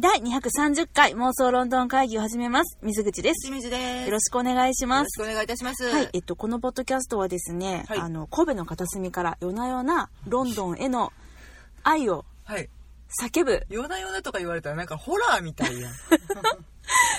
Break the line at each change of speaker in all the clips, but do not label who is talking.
第230回妄想ロンドン会議を始めます。水口です。
清水です。
よろしくお願いし
よ
ま
ろし
す。
くお願いいたします。
はい、えっと、このポッドキャストはですね、
はい
あの、神戸の片隅から夜な夜なロンドンへの愛を
はい。
叫ぶ。
夜な夜なとか言われたらなんかホラーみたい やん。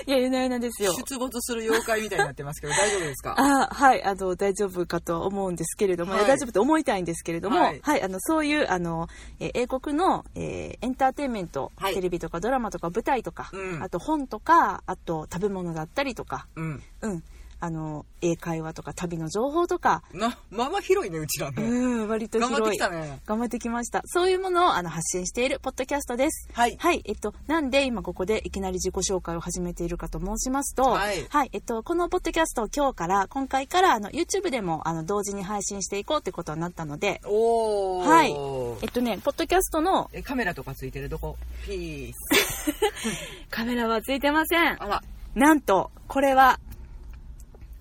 いや、夜な夜なですよ。
出没する妖怪みたいになってますけど、大丈夫ですか
あはい、あの、大丈夫かと思うんですけれども、
はい
いや大丈夫と思いたいんですけれども、は
はいい、
あの、そういう、あの、えー英国の、えーエンターテインメント、
はい
テレビとかドラマとか舞台とか、
うん
あと本とか、あと食べ物だったりとか、
うん。
うん、あの、英会話とか旅の情報とか、
な、まあまあ広いね、うちら
う
ね。
ん、割と
頑張って
広い。
きたね。
頑張ってきました。そういうものをあの発信しているポッドキャストです。
はい
えっと、なんで今ここでいきなり自己紹介を始めているかと申しますと、
はい
えっと、このポッドキャストを今日から、今回からあの YouTube でもあの同時に配信していこうってことになったので、
おー。
はいえっとね、ポッドキャストの
え、カメラとかついてるどこピース。
カメラはついてません。
あら。
なんと、これは、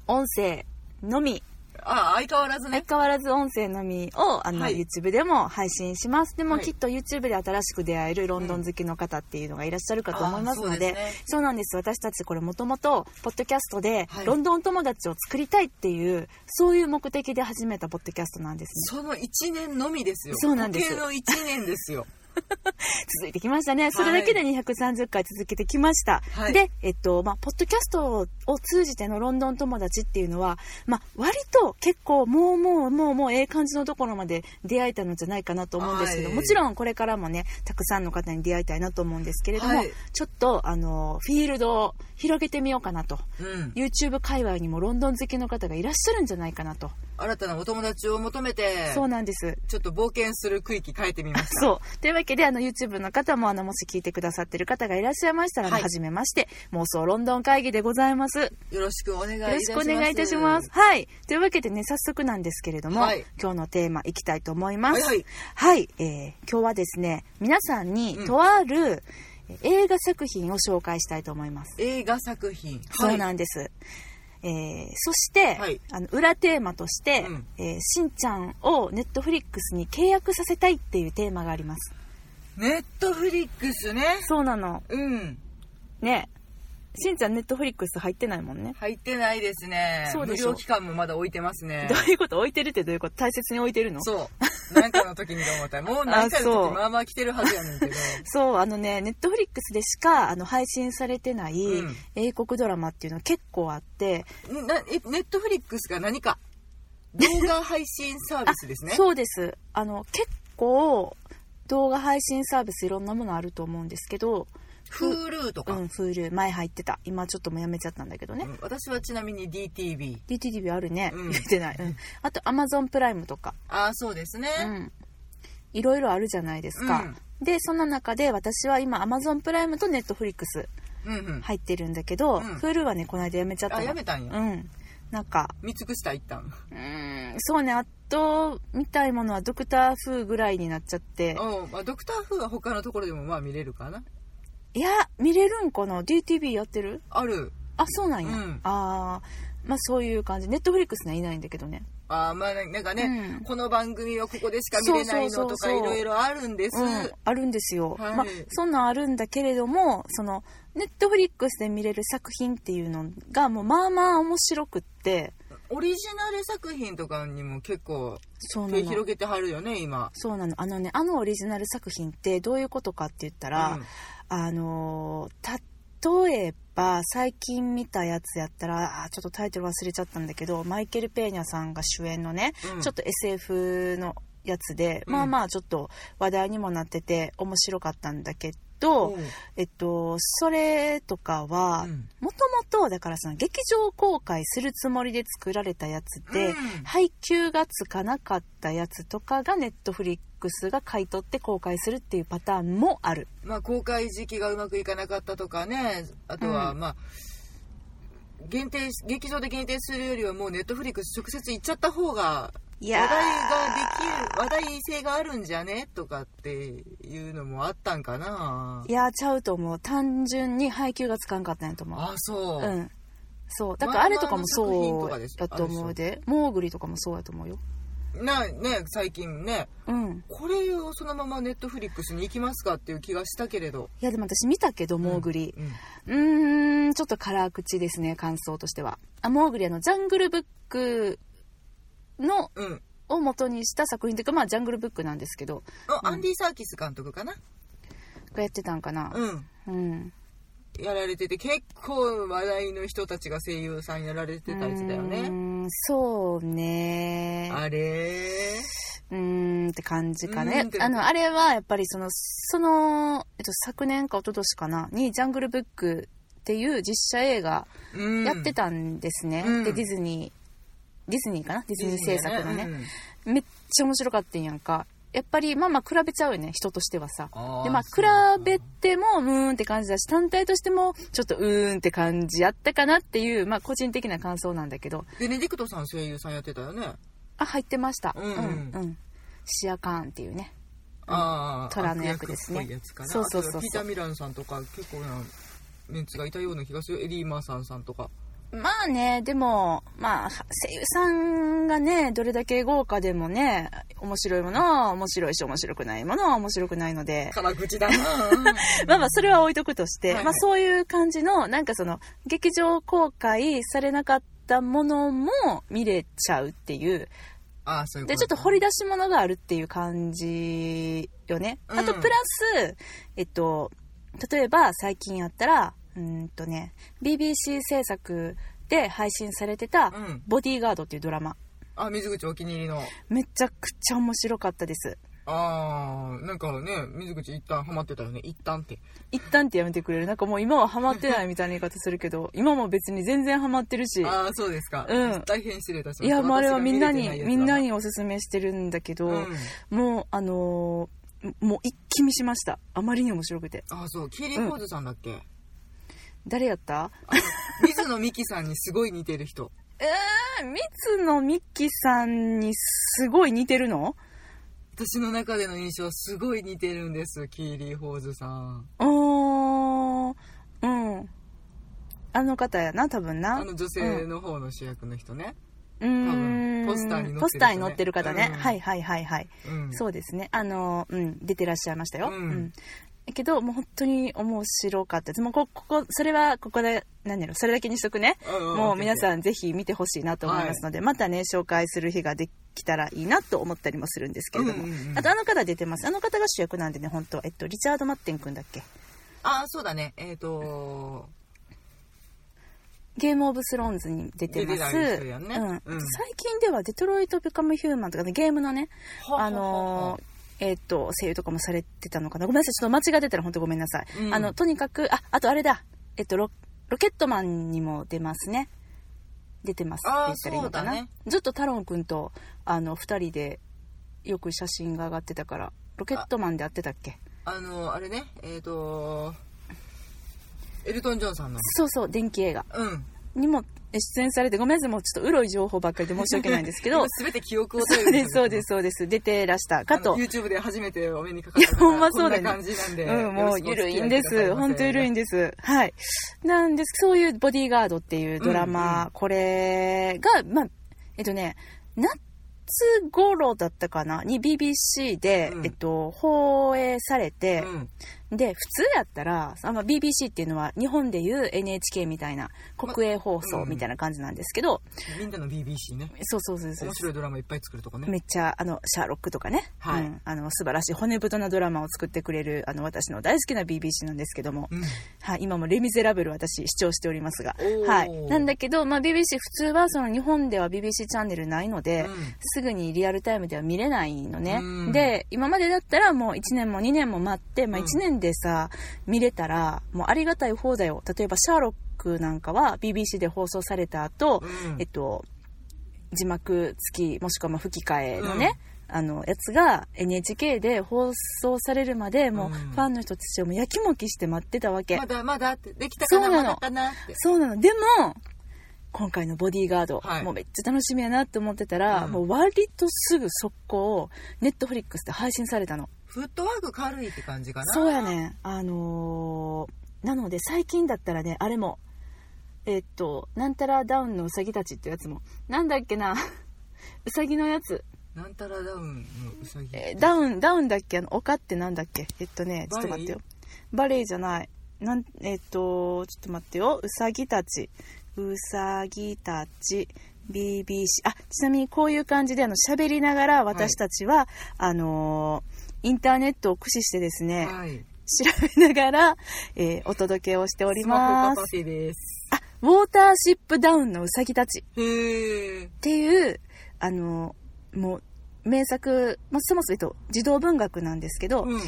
音声のみ、
あ、相変わらずね
相。変わらず音声のみをあの、
はい
YouTube でも配信しますでも、
はい
きっと YouTube で新しく出会えるロンドン好きの方っていうのがいらっしゃるかと思いますので,、
うんあーそうです
そう
ね
なんです私たちこれもともとポッドキャストで、
はい
ロンドン友達を作りたいっていうそういう目的で始めたポッドキャストなんですね
その1年のみですよ。
そうなんです
時計の1年ですよ。
続いてきましたねそれだけで230回続けてきました、
はい
で、えっとまあ、ポッドキャストを通じてのロンドン友達っていうのは、まあ、割と結構もうもうもうもうええ感じのところまで出会えたのじゃないかなと思うんですけど、
はい
もちろんこれからもねたくさんの方に出会いたいなと思うんですけれども、
はい
ちょっとあのフィールドを広げてみようかなと
うん。
YouTube 界隈にもロンドン好きの方がいらっしゃるんじゃないかなと、
新たなお友達を求めて、
そうなんです
ちょっと冒険する区域変えてみました。
そう。というわけで、あの、YouTube の方も、あの、もし聞いてくださってる方がいらっしゃいましたら、ね、は
はい
じめまして、妄想ロンドン会議でございます。よ
よろしくお願いいたしま
ろ
す。
しくお願いいたします。。はい。というわけでね、早速なんですけれども、
はい
今日のテーマいきたいと思います。
はい
はいえー今日はですね、皆さんに、
うん
とあるえ映画作品を紹介したいと思います。
映画作品。
そう
はい
なんです。えーそして、
はい
あの裏テーマとして、
うん
えーしんちゃんをネットフリックスに契約させたいっていうテーマがあります。
ネットフリックスね。
そうなの。
うん。
ねえしんちゃんネットフリックス入ってないもんね、
入ってないですね。
そうで
無
しょ
料期間もまだ置いてますね
ど。ういうこと置いてるってどういうこと大切に置いてるのそう
そう。なんかの時にと思った ら、もう何回
あ
の
そう
時まあまあ来てるはずやねんけど。
あのねネットフリックスでしかあの配信されてない
うん
英国ドラマっていうの結構あって、
んなえネットフリックスが何か動画配信サービスですね。
そうですあの結構動画配信サービスいろんなものあると思うんですけどふ
Hulu と
う
か、
ん Hulu 前入ってた今ちょっともうやめちゃったんだけどね、
うん私はちなみに DTV。
DTV あるね、
うん
言ってない、うん、あと Amazon プライムとか
ああ、そうですね。
うんいろいろあるじゃないですか、でそんな中で私は今 Amazon プライムと Netflix
うん、うん、
入ってるんだけど、
うん
Hulu はねこの間やめちゃったの
あ、やめたんや。
うんなんか
見尽くした、一旦。
うーんそうねあと見たいものはドクター風ぐらいになっちゃって
うん。まあ、ドクター風は他のところでもまあ見れるかな。
いや見れるんかな DTV やってる
ある。
あそうなんや、
うん
あーまあそういう感じ Netflix にはいないんだけどね
あーまあなんかね、
うん
この番組はここでしか見れない
そうそ
の
う
と
そう
か
そう
いろいろあるんです、
うん、あるんですよ、
はい
まあそんなんあるんだけれどもそのネットフリックスで見れる作品っていうのがもうまあまあ面白くって
オリジナル作品とかにも結構
そうな
手
の
広げてはるよね今
そうなのあのねあのオリジナル作品ってどういうことかって言ったら、
うん
あのー例えば最近見たやつやったらあーちょっとタイトル忘れちゃったんだけどマイケル・ペーニャさんが主演のね、
うん
ちょっと SF のやつで、
うん
まあまあちょっと話題にもなってて面白かったんだけど、
うん
えっと、それとかは
うん
もともとだからその劇場公開するつもりで作られたやつで、
うん
配給がつかなかったやつとかがネットフリックスが買い取って公開するっていうパターンもある。
まあ、公開時期がうまくいかなかったとかねあとは
う
まあ、限定劇場で限定するよりはもうネットフリックス直接行っちゃった方が
い
話題
ー
ができる話題性があるんじゃねとかっていうのもあったんかない
やーちゃうと思う単純に配給がつかんかったんやと思う。
あそう、
うん、そうだからあれとかも
漫画の作品
そ
とか
う
です
やと思うでモーグリとかもそうやと思うよ
なね最近ね
うん
これをそのままネットフリックスに行きますかっていう気がしたけれど、
いやでも私見たけどモーグリ
うん
うーんちょっと辛口ですね感想としてはあモーグリあのジャングルブックの
うん
を元にした作品というかまあジャングルブックなんですけど
あ
うん
アンディ・サーキス監督かな
がやってたんかな
うん
うん
やられてて結構話題の人たちが声優さんやられてたやつだよ
う
ね
ーんそうね
あれ
うーんって感じか
うー
ね
んって。
あ
感じ
の、あれはやっぱりその、その、えっと、昨年か一昨年かな、にジャングルブックっていう実写映画
うん
やってたんですね。
うん
で、ディズニー、ディズニーかなディズニー制作のね。
うん
めっちゃ面白かったんやんか。やっぱり、まあまあ比べちゃうよね、人としてはさ。
あー
で、まあ、
そうか
比べても、うーんって感じだし、単体としても、ちょっとうーんって感じやったかなっていう、まあ、個人的な感想なんだけど、
ベネディクトさん声優さんやってたよね、
あ、入ってました。
うん
うん、うん。シアカーンっていうね。
ああ
虎の役ですね
悪役っぽいやつかな
そうそうそうそう
あとピーター・ミランさんとか結構なメンツがいたような気がするエリー・マーさんさん とか
まあね、でも、まあ、声優さんがね、どれだけ豪華でもね、面白いものは面白いし、面白くないものは面白くないので、
辛口 だな
まあまあ、それは置いとくとして、
はいはい
まあそういう感じの、なんかその、劇場公開されなかったものも見れちゃうっていう、
ああそういうこ
で、
と
ちょっと掘り出し物があるっていう感じよね。
うん
あと、プラス、えっと、例えば最近やったら、うーんとね、BBC 制作で配信されてた、
うん
ボディーガードっていうドラマ。
あ水口お気に入りの
めちゃくちゃ面白かったです。
ああなんかね水口一旦ハマってたよね一旦って
一旦ってやめてくれる。なんかもう今はハマってないみたいな言い方するけど、今も別に全然ハマってるし。
ああそうですか、
うん
大変失礼いたしました
いや、もうあれはみんな
私が見れ
に、
て
みん
な
ない
や
におすすめしてるんだけど、
つだなうん
もうあのーもう一気見しました。あまりに面白くて。
ああそうキーリー・コーズさんだっけ、
誰やった
水野美紀さんにすごい似てる人
えー、三野美紀さんにすごい似てるの
私の中での印象すごい似てるんですキーリー・ホーズさん
うーん。うん。あの方やな、多分な。
あの女性の方の主役の人ね、
うーん
多分ポスターに載ってる人ね
ポスターに載ってる方ね、
うん
はいはいはいはい、
うん
そうですねあのうん出てらっしゃいましたよ、う
うんん
けどもう本当に面白かったですもうこここそれはここで何やろそれだけにしとくね、
うん
もう皆
ん
さんぜひ見てほしいなと思いますので、またね紹介する日ができたらいいなと思ったりもするんですけれども、
うんうんうん
あとあの方出てますあの方が主役なんでね本当えっとリチャード・マッテン君だっけ
ああそうだねえっ、と
ゲームオブスローンズに出てま
出
す。
てない人やんね
うん
うん
最近ではデトロイト・ビカム・ヒューマンとかね、ゲームのね、
ははは
あのーえっ、と、声優とかもされてたのかな。ごめんなさい、ちょっと間違えてたら本当ごめんなさい。
うん
あの、とにかく、あ、あとあれだ、えっ、とロ、ロケットマンにも出ますね。出てますって言ったらいいのかな。
あーそうだね
ずっとタロン君と、あの、二人でよく写真が上がってたから、ロケットマンで会ってたっけ
あのあれねえっ、とエルトン・ジョンさんの
そうそう、電気映画
うん
にも出演されて、ごめんなさい、もうちょっとうろい情報ばっかりで申し訳ないんですけど
今、 全て記憶を
そうです、そうです、そうです。出てらした。かと
あの。YouTube で初めてお目にかかった 方
いやほんまそうだね
こんな感じなんで、
うん、もう、ゆるいんです。本当ゆるい
ん
んです。はい。なんです。そういうボディーガードっていうドラマ、
うんう
これが、まあ、えっとね、夏頃だったかなに BBC で、
うん
えっと、放映されて、
うん、
で、普通やったら、あの BBC っていうのは日本でいう NHK みたいな国営放送みたいな感じなんですけど、
みんなの BBC ね
そうそうそうそう
面。白いドラマいっぱい作るとこね
めっちゃあのシャーロックとかね、
はい
うん、あの素晴らしい骨太なドラマを作ってくれるあの私の大好きな BBC なんですけども、
うん
はい、今も「レ・ミゼラブル」私視聴しておりますが
お、ー
はい、なんだけど、まあ、BBC 普通はその日本では BBC チャンネルないので、
うん
すぐにリアルタイムでは見れないのね、
うん
で今までだったらもう1年も2年も待って、まあ、1
う
年
ん
でさ、見れたらもうありがたい放題を例えば「シャーロック」なんかは BBC で放送された後、
うん
えっと、字幕付きもしくはまあ吹き替えのね、あのやつが NHK で放送されるまでもう
うん
ファンの人たちをもうやきもきして待ってたわけ、
まだまだってできたか
そ
な
うな
ま
の
だかなって
そうなのでも今回の「ボディーガード」
はい
もうめっちゃ楽しみやなって思ってたら、
うん
もう割とすぐ速攻ネットフリックスで配信されたの
フットワーク軽いって感じかな
そうやねあのーなので最近だったらねあれもえっ となんたらダウンのうさぎたちってやつもなんだっけなうさぎのやつ
なんたらダウンのうさぎ
えーダウン、ダウンだっけあの、丘ってなんだっけえっとね、ちょっと待ってよ。バレエじゃない。なん、えっと、ちょっと待ってよ。うさぎたち。うさぎたち。BBC。あ、ちなみにこういう感じで、あの、喋りながら私たちは、あのーインターネットを駆使してですね、
はい
調べながら、えーお届けをしており
スマ
ま
ホカ
す。
フェです
あ、ウォーターシップダウンのうさぎたち。
へえ
っていうあのもう名作、まあ、そもそも、えっと、児童文学なんですけど、
うん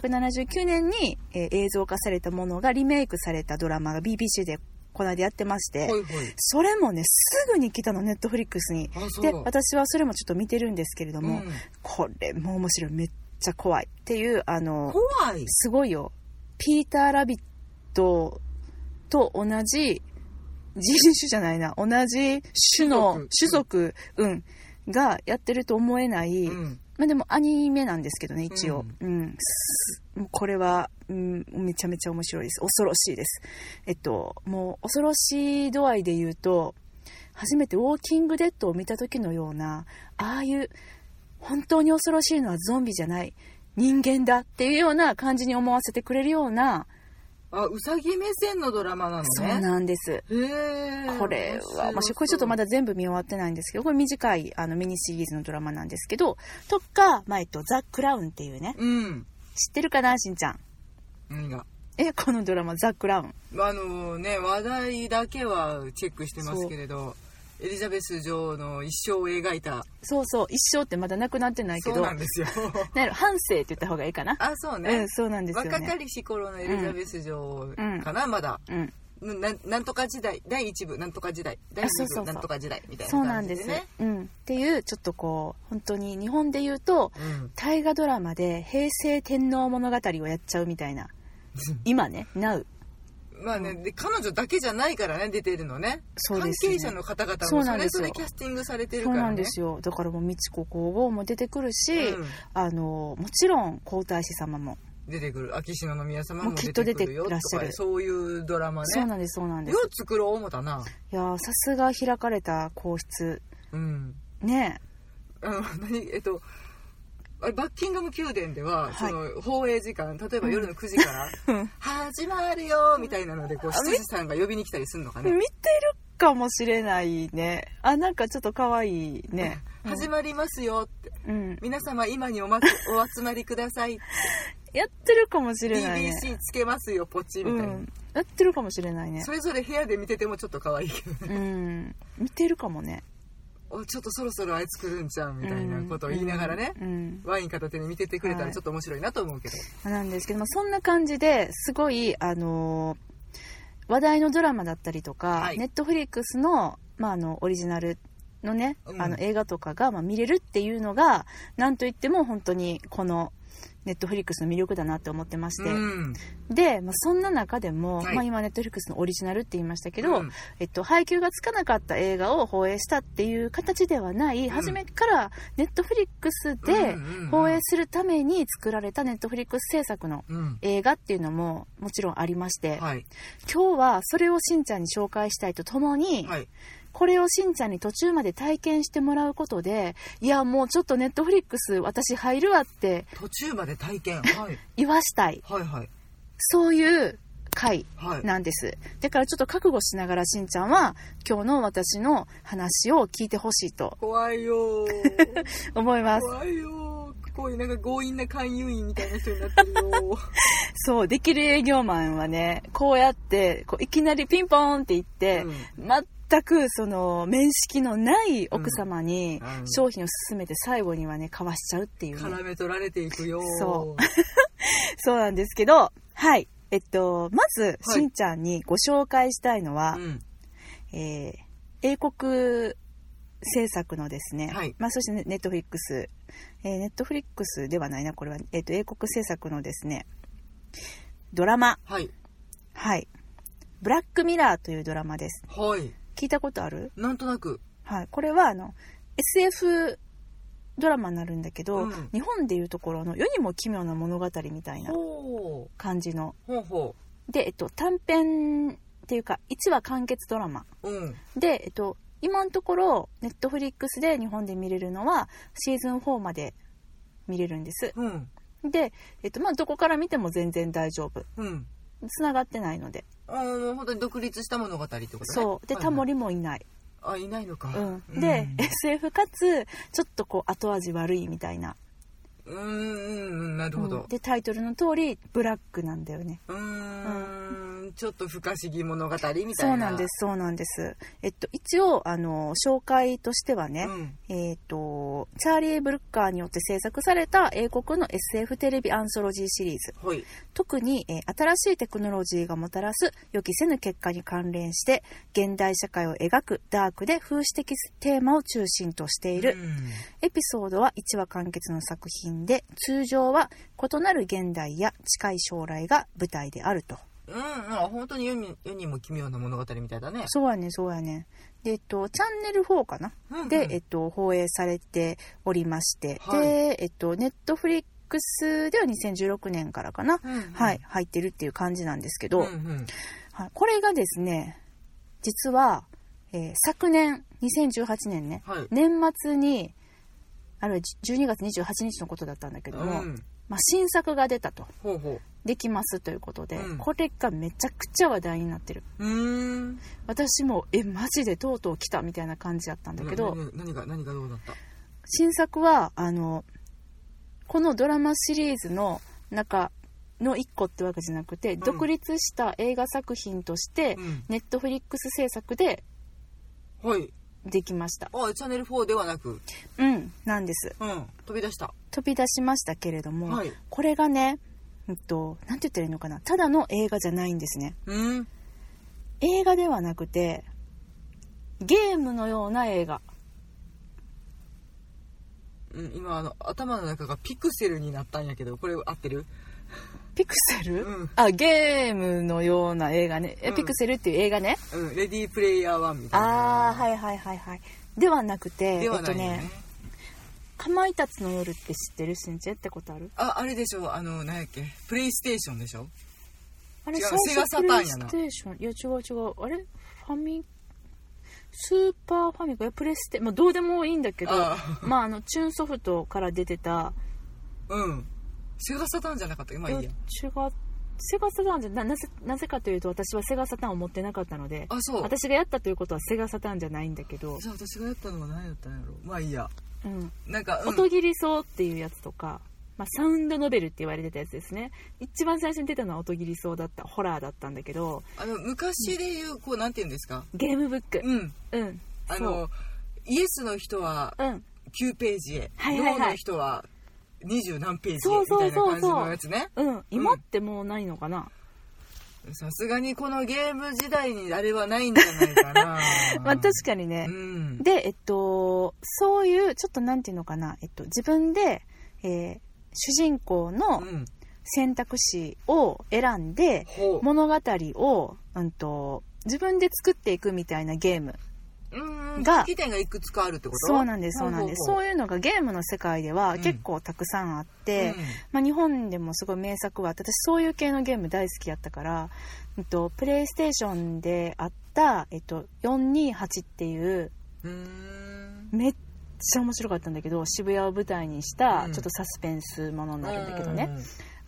1979年に、えー映像化されたものがリメイクされたドラマが BBC でこの間やってまして、
ほいほい
それもねすぐに来たのネットフリックスに
あそう
で私はそれもちょっと見てるんですけれども、
うん
これも面白いめっちゃ怖いっていうあの
怖い
すごいよピーター・ラビットと同じ人種じゃないな同じ種の
種
種
族
族、うん、がやってると思えない、
うん
まあでもアニメなんですけどね一応、うんすもうこれは、うん、めちゃめちゃ面白いです恐ろしいですえっともう恐ろしい度合いで言うと初めて「ウォーキング・デッド」を見た時のようなああいう本当に恐ろしいのはゾンビじゃない人間だっていうような感じに思わせてくれるような、
あうさぎ目線のドラマなのね
そうなんです
へえ
これは、まあ、これちょっとまだ全部見終わってないんですけどこれ短いあのミニシリーズのドラマなんですけどとか、まあえっと、ザ・クラウンっていうね
うん
知ってるかなしんちゃん
何が
えこのドラマザ・クラウン
あのね話題だけはチェックしてますけれどエリザベス女王の一生を描いた
そうそう一生ってまだなくなってないけ
そう
ど
なんです よ
なんやろ半生って言った方がいいかな、
あそう
う
ね
んそうなんですよ
若か
ね
りし頃のエリザベス女王
うん
かなまだ
うん
ななんとか時代第一部なんとか時代第
そう
二
そうそ
部
う
なんとか時代みたいな
そうな
感
ん
じで
です、
ね
うん、っていうちょっとこう本当に日本で言うと
うん
大河ドラマで平成天皇物語をやっちゃうみたいな今ね Now
まあね、で彼女だけじゃないからね出てるのね
そうです
関
ね
係者の方々
そ
も
う
そ
なん
れ
で
ぞ
すよ
れキャスティングされてる
そ
か
う
らね
なんですよだからもう美智子皇后も出てくるし、
うん
あのもちろん皇太子様も、
出てくる秋篠宮様も
もうき
出
っと
てくるよ
出てらっし
と
ゃ
か
る
そういうドラマね
そうなんですそうなんで
よ
す
う作ろう思ったない
やーさすが開かれた皇室
うん
ね
あの何えっとあれバッキンガム宮殿で
は
は、
い
その放映時間例えば夜の9時から
うん
「始まるよ」みたいなのでこう執事さんが呼びに来たりするのか
見て
ね
るかもしれないねあなんかちょっと可愛いね、
うん始まりますよって
うん、
皆様今におまつお集まりください
やってるかもしれないね、
BBC つけますよポチみたいな、
うん、やってるかもしれないね
それぞれ部屋で見ててもちょっと可愛いけどね
うん見てるかもね
おちょっとそろそろあいつ来るんちゃうみたいなことを言いながらね、
うん
ワイン片手に見ててくれた
は
ら
い
ちょっと面白いなと思うけど、
うんなんですけど、まあ、そんな感じですごいあのー話題のドラマだったりとか、
はい
ネットフリックスの,、まあ、あのオリジナルのね、
うん
あの映画とかが、まあ、見れるっていうのがなんといっても本当にこのネットフリックスの魅力だなって思ってまして、
うん
で、まあ、そんな中でも、
はい
まあ、今ネットフリックスのオリジナルって言いましたけど、
うん
えっと、配給がつかなかった映画を放映したっていう形ではない、初めからネットフリックスで
うんうんうん
放映するために作られたネットフリックス制作の
うん
映画っていうのももちろんありまして、
はい
今日はそれをしんちゃんに紹介したいとともに、
はい
これをしんちゃんに途中まで体験してもらうことで、いや、もうちょっとネットフリックス私入るわって
途中まで 体験、はい、
言わしたい。
はいはい
そういう回
はい
なんです。だからちょっと覚悟しながらしんちゃんは今日の私の話を聞いてほしいと
怖いよー
思います。
怖いよーこういうなんか強引な勧誘員みたいな人になって るよ
そう、できる営業マンはね、こうやって、こういきなりピンポーンって言って
ー、う、ん
全くその面識のない奥様に
うんうん
商品を勧めて最後にはね、かわしちゃうっていうね、
絡め取られていくよー
そそうなんですけど、はい。えっと、まず、
はい
しんちゃんにご紹介したいのは、
ん、
えー英国制作のですね、
はい
まあ、そしてネットフリックス、えーネットフリックスではないな、これは、えっと英国制作のですね、ドラマ、
はい
はい、ブラックミラーというドラマです。
はい
聞いたことある
なんとなく
はい、これはあの SF ドラマになるんだけど、
うん
日本でいうところの世にも奇妙な物語みたいな
ほ
感じの。
うほうほ
で、えっと、短編っていうか、1話完結ドラマ。
ううん
で、えっと、今のところネットフリックスで日本で見れるのはシーズン4まで見れるんです
うん
で、えっとまあ、どこから見ても全然大丈夫
うん
つながってないので
あーもう本当に独立した物語ってことね
そうで
はい
タ
はい
モリもいない、
あいないのか、
うん、で、SF かつちょっとこう後味悪いみたいな、
うんうんうんなるほ
う
ど
んでタイトルの通りブラックなんだよね
うーんんちょっと不可思議物語みたいな
そうなんですそうなんですえっと一応あの紹介としてはね、
うん
えー、とチャーリー・ブルッカーによって制作された英国の SF テレビアンソロジーシリーズ
はい
特に、えー新しいテクノロジーがもたらす予期せぬ結果に関連して現代社会を描くダークで風刺的テーマを中心としている、
うん
エピソードは1話完結の作品で通常は異なる現代や近い将来が舞台であると
うんうん、あ本当に世に世にも奇妙な物語みたいだね。
そうやねそうやねで、えっと、チャンネル4かな
うんうん
で、えっと、放映されておりまして、
はい
で、えっと、ネットフリックスでは2016年からかな、
うんうん
はい、入ってるっていう感じなんですけ
う
ど、
んうん
はい、これがですね、実は、えー昨年、2018年ね、
はい
年末に、あるいは12月28日のことだったんだけども、
うん
まあ、新作が出たと、
ほうほ
できますということで、
うん
これがめちゃくちゃ話題になってる。
う。うーん。
私も、え、マジでとうとう来たみたいな感じだったんだけど、
なな何が何がどうだった。
新作はあのこのドラマシリーズの中の一個ってわけじゃなくて、
ん
独立した映画作品として、
うん
ネットフリックス制作で
はい。
できました
あチャンネル4ではなく、
うんなんです
うん飛び出した。
飛び出しましたけれども、
はい
これがねうんとなんて言ったらいいのかなただの映画じゃないんですね
うん。
映画ではなくてゲームのような映画
うん今あの頭の中がピクセルになったんやけどこれ合ってる？
ピクセル、
うん
あゲームのような映画ねえ、
うん
ピクセルっていう映画ね、
うんレディープレイヤー1みたいな。
ああーはいはいはいはいではなくて
ではないよ
えっと
ね
ね。「かまいたちの夜」って知ってるしんちゃんやってことある
ああれでしょあの何やっけプレイステーションでしょ。
あれ
違う
最初
セガサタ
プレイ
ーンやな
ステーションいや違う違うあれファミスーパーファミコンいやプレステまあどうでもいいんだけど
あ
まああのチューンソフトから出てた
うん。セガサターンじゃなかった今い
い
いや
や。違うセガサターンじゃななぜなぜかというと私はセガサターンを持ってなかったので
あそう。
私がやったということはセガサターンじゃないんだけど、
じゃあ私がやったのは何やったんやろまあいいや
うん、
なんか、うん、
音切りそうっていうやつとか、まあ、サウンドノベルって言われてたやつですね一番最初に出たのは音切りそうだったホラーだったんだけど
あの昔で言うこうなんて言うんですか
ゲームブック
うん
うん
あ
そ
のイエスの人は
ううん
9ページへ、
はいはいはい
ノーの人は20何ページへ
そう
み
そ
た
う
いな
そうそう
感じのやつね
うん今ってもうないのかな、
さすがにこのゲーム時代にあれはないんじゃないかな
まあ確かにね
う、ん
でえっとそういうちょっとなんていうのかな、えっと、自分で、えー主人公
う
の
ん
選択肢を選んで
ほう
物語を、うん、と自分で作っていくみたいなゲーム
うん
が
分岐点がいくつかあるってこと
そうなんですそうなんです
ほう
そういうのがゲームの世界では
うん
結構たくさんあっ
ほう
て、まあ、日本でもすごい名作はあって私そういう系のゲーム大好きやったから、うんと、プレイステーションであった、えっと、428っていう
うんうん
めっちゃ面白かったんだけど渋谷を舞台にした
うん
ちょっとサスペンスものになるんだけどね、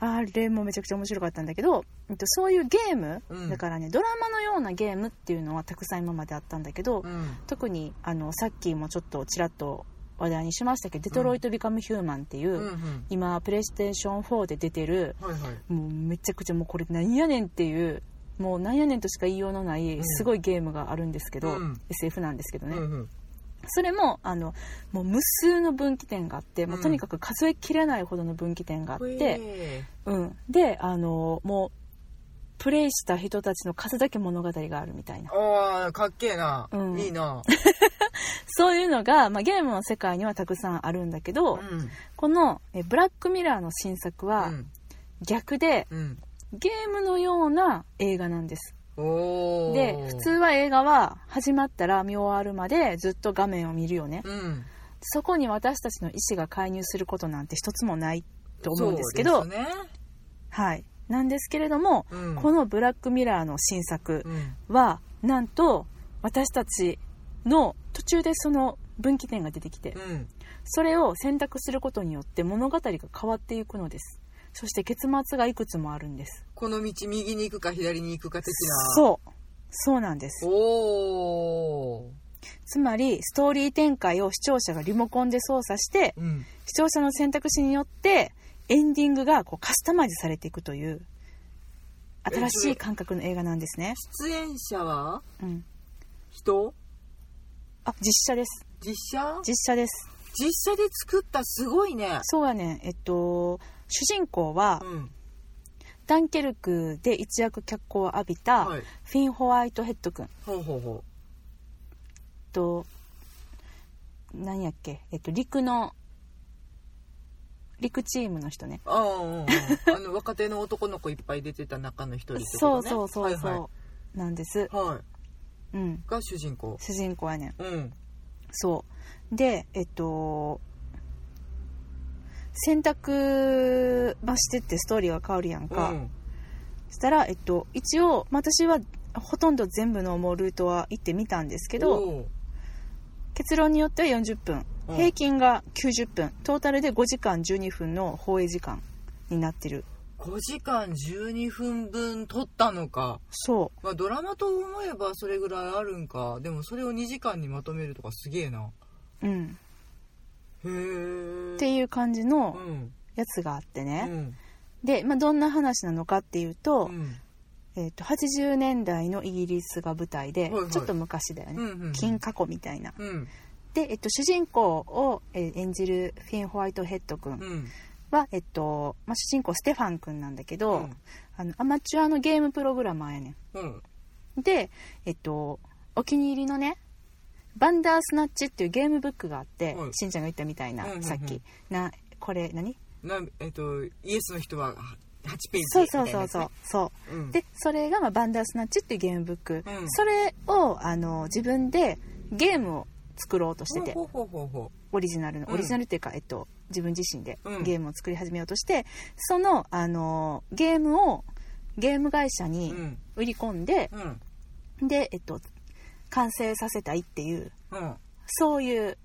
あれもめちゃくちゃ面白かったんだけど、うんと、そういうゲーム、
うん
だからねドラマのようなゲームっていうのはたくさん今まであったんだけど、
うんうん
特にあのさっきもちょっとちらっと話題にしましたけど「デトロイト・ビカム・ヒューマン」っていう、
うんうん
今プレイステーション4で出てる
はいはい
もうめちゃくちゃもうこれなんやねんっていうもうなんやねんとしか言いようのない
ん
すごいゲームがあるんですけど、
うん
SF なんですけどね、
うんうん
それもあのもう無数の分岐点があって、もううんとにかく数えきれないほどの分岐点があっ
ほえ
て、うん、であのもうプレイした人たちの数だけ物語があるみたいな
ああかっけえな、
うん
いいな、
そういうのが、まあ、ゲームの世界にはたくさんあるんだけど、
うん
このえブラックミラーの新作は
うん
逆で
うん、
ゲームのような映画なんです。
おー
で、普通は映画は始まったら見終わるまでずっと画面を見るよね。
うん
そこに私たちの意思が介入することなんて一つもないと思うんですけど、
そうですね
はい。なんですけれども、
うん
このブラックミラーの新作
うん
は、なんと私たちの途中でその分岐点が出てきて
うん
それを選択することによって物語が変わっていくのですそして結末がいくつもあるんです
この道右に行くか左に行くか的な
そうそうなんです
おお
つまりストーリー展開を視聴者がリモコンで操作して
うん
視聴者の選択肢によってエンディングがこうカスタマイズされていくという新しい感覚の映画なんですね、
出演者は
うん、
人
あ実写です
実写
実写です
実写で作ったすごいね
そうやねんえっと主人公は
うん
ダンケルクで一躍脚光を浴びた
はい
フィン・ホワイトヘッド君
ほうほうほ
と何やっけ、えっと、陸の陸チームの人ね
うああうんうんあの若手の男の子いっぱい出てた中の一人って
そう
ことね
そうそうそう、
はいは
なんです、
い、はい
うん、
が主人公
主人公やねん
うん
そうでえっと選択ばしてってストーリーが変わるやんか、
うん
したら、えっと、一応まあ私はほとんど全部のもうルートは行ってみたんですけど
おー
結論によっては40分
うん
平均が90分トータルで5時間12分の放映時間になってる
5時間12分分撮ったのか、
そ
まあ、ドラマと思えばそれぐらいあるんかでもそれを2時間にまとめるとかすげえな
う、うん、
へえ
っていう感じの
うん
やつがあって
う
ね、
ん
で、まあ、どんな話なのかっていうと、
うん
えっと80年代のイギリスが舞台で、
はいはい
ちょっと昔だよね、
うんうん
金過去みたいな
うん
で、えっと、主人公をえー演じるフィン・ホワイトヘッド君
うん
は、えっとまあ、主人公ステファン君なんだけ
う
ど、
ん
あのアマチュアのゲームプログラマーやね
うん
んで、えっと、お気に入りのね「バンダースナッチ」っていうゲームブックがあって、
はい
しんちゃんが言ったみたいな、
うんうんうん
さっきなこれ何
なえっとイエスの人は8ページ
そうそうそうそうそう
う、うん、
でそれが、まあ「バンダースナッチ」っていうゲームブック、
うん
それをあの自分でゲームを作ろうとしてて
ほうほうほうほ
オリジナルの
うん
オリジナルっていうか、えっと、自分自身で
うん
ゲームを作り始めようとして、そのあのゲームをゲーム会社
うう
に
ん
売り込んで、
うん
で、えっと、完成させたいっていう
うん
そういう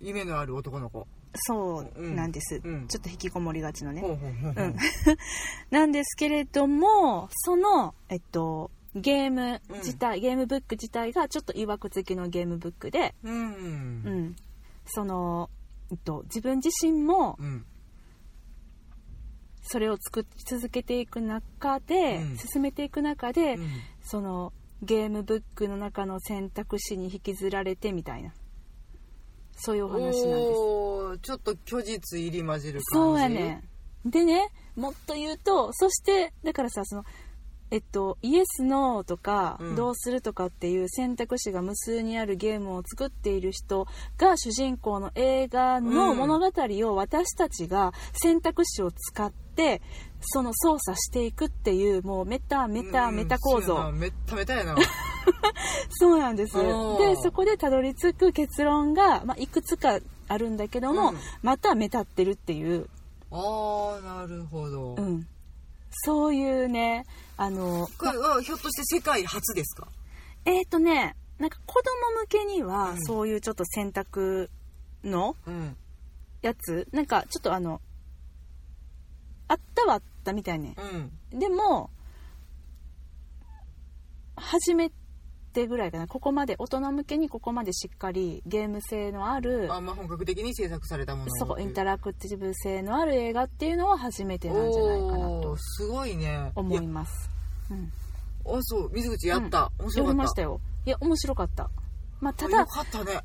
夢のある男の子
そうなんです、
うん
ちょっと引きこもりがちのね、
ほうほうほうほ
う
うん
なんですけれどもその、えっと、ゲーム自体、ゲームブック自体がちょっといわくつきのゲームブックで、
うんう
うんん、その、えっと、自分自身も
うん
それを作り続けていく中で、
うん
進めていく中で、
うん
そのゲームブックの中の選択肢に引きずられてみたいなそういうお話なんです
おーちょっと虚実入り混じる感じ
そうやねんでねもっと言うとそしてだからさそのえっと、イエス・ノーとか、
うん
どうするとかっていう選択肢が無数にあるゲームを作っている人が主人公の映画
う
の
ん
物語を私たちが選択肢を使ってその操作していくっていうもうメタメタ
うん
メタ構造、
そうやなメタメタ やな
そうなんですで
おー
そこでたどり着く結論が、まあ、いくつかあるんだけども、
うん
またメタってるっていう
ああなるほど、
う
こ
ん、そういうねあの
れはひょっとして世界初ですか
えっ、ー、とねなんか子供向けには
うん
そういうちょっと選択の
うん
やつなんかちょっとあのあったはあったみたいね
うん
でも初めてぐらいかなここまで大人向けにここまでしっかりゲーム性のある
あんま本格的に制作されたもの
そうインタ
ラ
ラクティブ性のある映画っていうのは初めてなんじゃないかなと
すごいね
思い
や
ます。うん
あそう水口やった、面白
や
か
り
った
ましたよいや面白かったまあた
よ
だ
かったね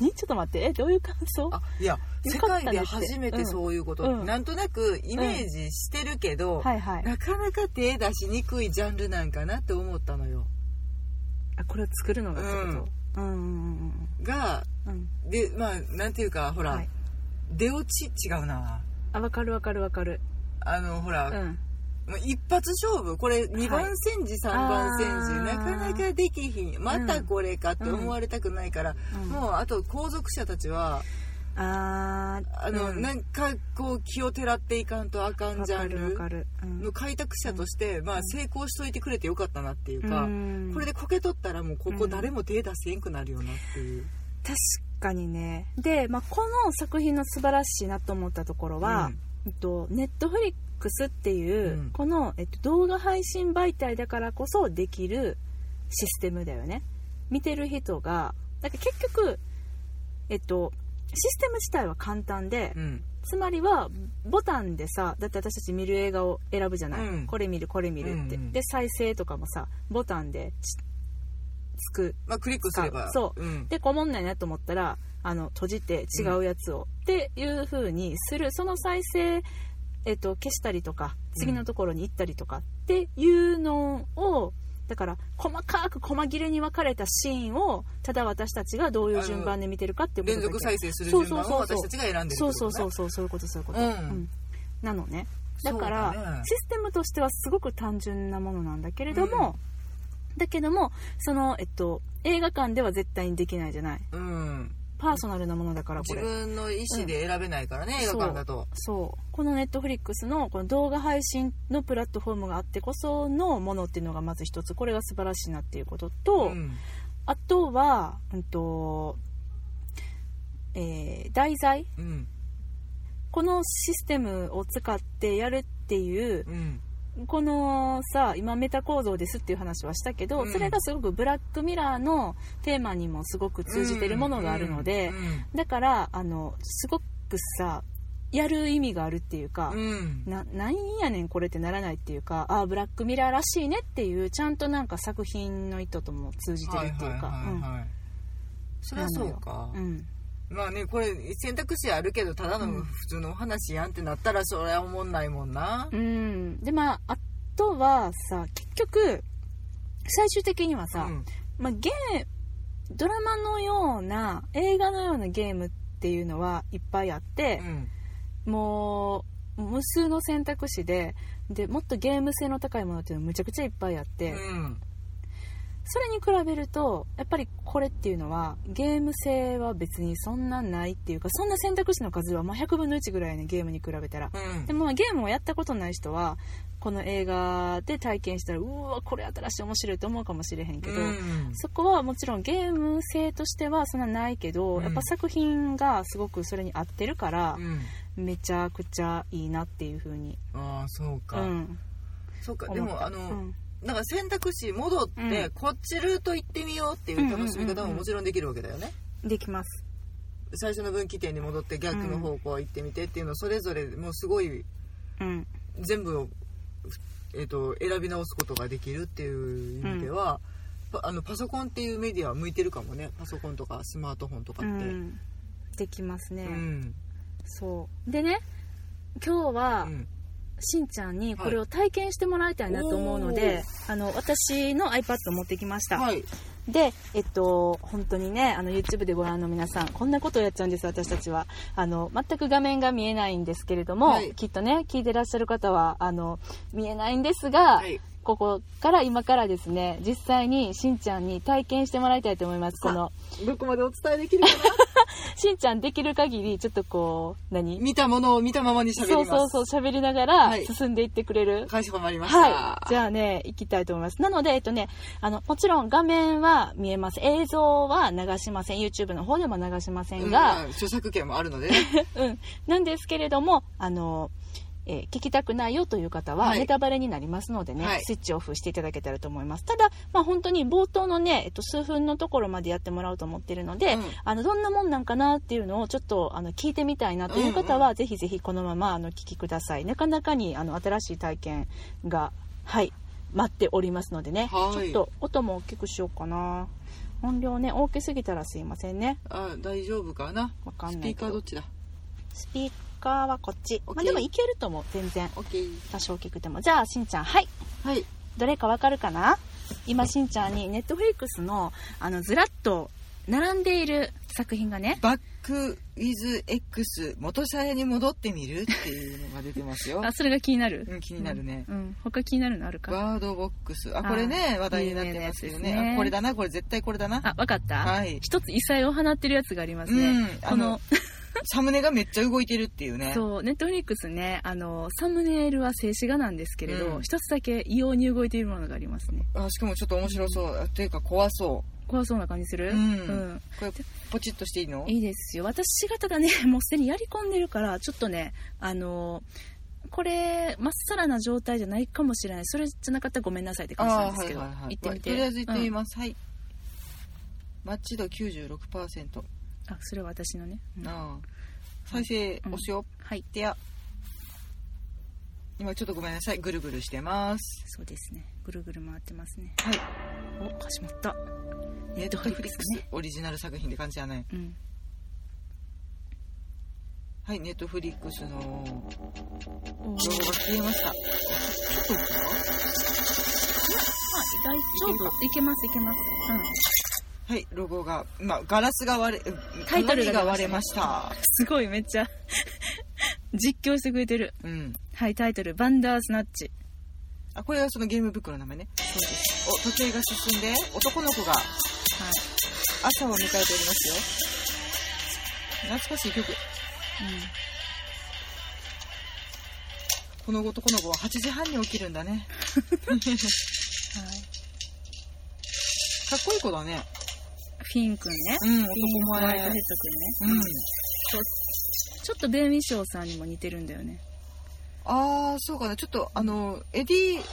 何 ちょっと待ってえどういう感想
あいや世
よかったね
界で初めてそういうこと、
うん
なんとなくイメージしてるけど、
はいはい
なかなか手出しにくいジャンルなんかなって思ったのよ
あこれを作るのがってことうんうん
が
うんうん
でまあなんていうかほら、
はい
出落ち違うな
あわかるわかるわかる
あのほら、
うん
もう一発勝負これ2番戦時、三3番戦時
あ
な
ー
かなかできひんまたこれかって思われたくないから、
うん
もうあと後続者たちは
あー
あの、
うん
なんかこう気をてらっていかんとあかん
わ
ジャ
か
ン
るわか
ル
る、うん
の開拓者として、まあ、成功しといてくれてよかったなっていうか、
うん
これでこけとったらもうここ誰も手出せんくなるよなっていう、
確かにねで、まあ、この作品の素晴らしいなと思ったところは、えっと、ネットフリックスっていう、
うん
この、えっと、動画配信媒体だからこそできるシステムだよね見てる人がだから結局、えっと、システム自体は簡単で、
うん
つまりはボタンでさだって私たち見る映画を選ぶじゃない、
うん
これ見るこれ見るって、
うんうん
で再生とかもさボタンでしつく
まあ、クリックすれば、
そう
ん、
でこうおもんないなと思ったらあの閉じて違うやつを、っていう風にするその再生、えっと消したりとか次のところに行ったりとかっていうのをだから細かく細切れに分かれたシーンをただ私たちがどういう順番で見てるかっていうこと
連
だけ
続再生する順番
そうそ
を
うそう
私
そう
たちが選んでる
そうそうそううそうそういうことそういうこと、
うん
なのねだから
そうだね
システムとしてはすごく単純なものなんだけれども、だけどもその、えっと、映画館では絶対にできないじゃない
うん
パーソナルなものだからこ
自
れ
分の意思で選べないからね、映画館だと
そうこのネットフリックスのこの動画配信のプラットフォームがあってこそのものっていうのがまず一つこれが素晴らしいなっていうことと、
うん
あとは、うんとえー題材
うん
このシステムを使ってやるっていう
うん
このさ今メタ構造ですっていう話はしたけど、
うん
それがすごくブラックミラーのテーマにもすごく通じてるものがあるので、
うん
だからあのすごくさやる意味があるっていうか、
うん
ななんやねんこれってならないっていうかああブラックミラーらしいねっていうちゃんとなんか作品の意図とも通じてるっていうか
はいはいはいはいそりゃそうか、
うんうん
まあねこれ選択肢あるけどただの普通のお話やんってなったらそれは思んないもんな
うんでまああとはさ結局最終的にはさ、
うん
まあ、ゲードラマのような映画のようなゲームっていうのはいっぱいあって、もう無数の選択肢ででもっとゲーム性の高いものっていうのむちゃくちゃいっぱいあって、
うん
それに比べるとやっぱりこれっていうのはゲーム性は別にそんなないっていうかそんな選択肢の数はまあ100分の1ぐらいやねゲームに比べたら
うん
でもまあゲームをやったことない人はこの映画で体験したらうーわこれ新しい面白いと思うかもしれへんけど、
うん
そこはもちろんゲーム性としてはそんなないけど、
うん
やっぱ作品がすごくそれに合ってるから
う、ん
めちゃくちゃいいなっていう風に、
ああそう
う
か、
ん、
そうかで
思っ
も
た
あの、
うん
なんか選択肢戻って、
うん
こっちルート行ってみようっていう楽しみ方ももちろんできるわけだよね、
できます
最初の分岐点に戻って逆の方向行ってみてっていうのをそれぞれもうすごい
うん
全部を、えっと選び直すことができるっていう意味では、パあのパソコンっていうメディアは向いてるかもねパソコンとかスマートフォンとか
う
って。
んできますね、
うん
そうでね今日は、
うん
しんちゃんにこれを体験してもらいたいなと思うので、
はい
あの私の iPad を持ってきました、
はい、
で、えっと、本当にね、あの、YouTube でご覧の皆さん、こんなことをやっちゃうんです、私たちは。あの、全く画面が見えないんですけれども、
はい
きっとね、聞いてらっしゃる方は、あの、見えないんですが、
はい
ここから今からですね、実際にしんちゃんに体験してもらいたいと思います。この、
どこまでお伝えできるかな
しんちゃんできる限り、ちょっとこう、何
見たものを見たままに喋り
そ
ま
う
す
そうそう、喋りながら
はい
進んでいってくれる
かしこまりました、
はい。じゃあね、行きたいと思います。なので、えっとね、あの、もちろん画面は見えます。映像は流しません。YouTube の方でも流しませ
うんん
が、
まあ著作権もあるのでね
うん。なんですけれども、あの、えー聞きたくないよという方は、
はい
ネタバレになりますのでね、
はい
スイッチオフしていただけたらと思います。ただ、まあ本当に冒頭のね、えっと、数分のところまでやってもらおうと思ってるので、
うん
あの、どんなもんなんかなっていうのをちょっと、あの、聞いてみたいなという方は、ぜひぜひこのまま、あの、お聞きください。なかなかに、あの、新しい体験が、はい、待っておりますのでね、
はい
ちょっと音も大きくしようかな。音量ね、大きすぎたらすいませんね。
あ大丈夫かな
わかん
ス
な
ピ
い
ー
けど
カーどっちだ
スピーカーはこっち。
OK
まあ、でもいけると思う、全然。
OK
多少大きくても。じゃあ、しんちゃん、はい。
はい
どれかわかるかな今、しんちゃんに、ネットフリックスの、あの、ずらっと、並んでいる作品がね、
バックウィズ X 元社屋に戻ってみるっていうのが出てますよ
あ、、それが気になる。
うん、気になるね、
うん。他気になるのあるか
ワードボックスあこれね
あ
話題になってますよ
有名なやつです
ね
ね
あこれだなこれ絶対これだな
あ、わかった
はい
一つ異彩を放ってるやつがあります
うん
ね。こ
あの
の、
サムネがめっちゃ動いてるっていうね
そう、ネットフリックスね、あの、サムネイルは静止画なんですけれど、
うん
一つだけ異様に動いているものがありますね。
あしかもちょっと面白そうっていうか怖そ
怖そうな感じす
う
る、
うんこれポチッとしていいの
うんいいですよ。私がただね、 もうすでにやり込んでるから、ちょっとね、あの、これ、まっさらな状態じゃないかもしれない。それじゃなかったらごめんなさいって感じなん
あ
で
ーは
すけ
い
ど、
はいはい
行ってみて。
とりあえず行ってみ
うん
ます、はいマッチ度96%、
あ、それは私のね。うん
あー再生
うん
押しよ
はい、
ってや今ちょっとごめんなさいぐるぐるしてます
そうですね。ぐるぐる回ってますね。
はい
お、始まった。
ネットフリック
Netflix
ス
ね
オリジナル作品って感じだね
うん。
はいネットフリックスのロ
おー
ゴが消えましたそうか
まあ、大丈夫。いけます、いけます。うん。
はいロゴがまあガラスが割れ
タイトルが出ましたね
鏡割れました
すごい、めっちゃ。 実況してくれてる。
うん
はい、タイトル、バンダースナッチ。
あこれがそのゲーム袋の名前ね
そうです。
お時計が進んで男の子が
はい。
朝を迎えておりますよ懐かしい曲この男の子は8時半に起きるんだね
うん。はい。
かっこいい子だね
フィン君ね。
うん
フィン
男
ホワイトヘッ
前
ド君ね。
うん
ちょっとベン・ウィショーさんにも似てるんだよね。
ああそうかなちょっとあのエディ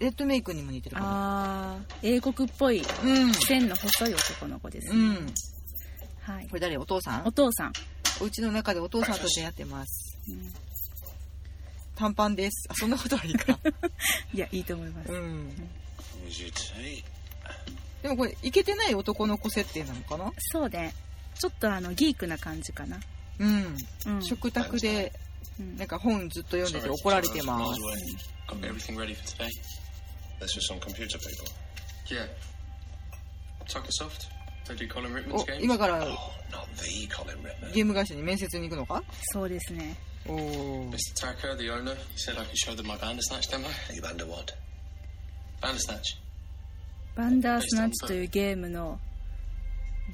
レッドメイクにも似てるかな
ああ、英国っぽい
うん
線の細い男の子です
う
ね。
ん
はい
こ。れ誰お父さ
お
ん
父さん。
お家の中でお父さんと出会ってます
うん
短パンですあそんなことはいい か
いや、いいと思います
う。ん
Was you tight?
でもこれイケてない男の子設定なのかな
そうね。ちょっとあの、ギークな感じかな。
うん
うん。
食卓で
うん
なんか本ずっと読んでて怒られてます
Got everything ready for today?
That's just some computer paper.
Yeah. Tucker Soft? They do Colin Rickman's
お
games?
今から
Not the Colin Rittman.
ゲーム会社に面接に行くのか
そうですね。
おお
Mr. Tucker, the owner, he said I could show them my Bandersnatch demo.
You under what?
Bandersnatch.
バンダースナッチというゲームの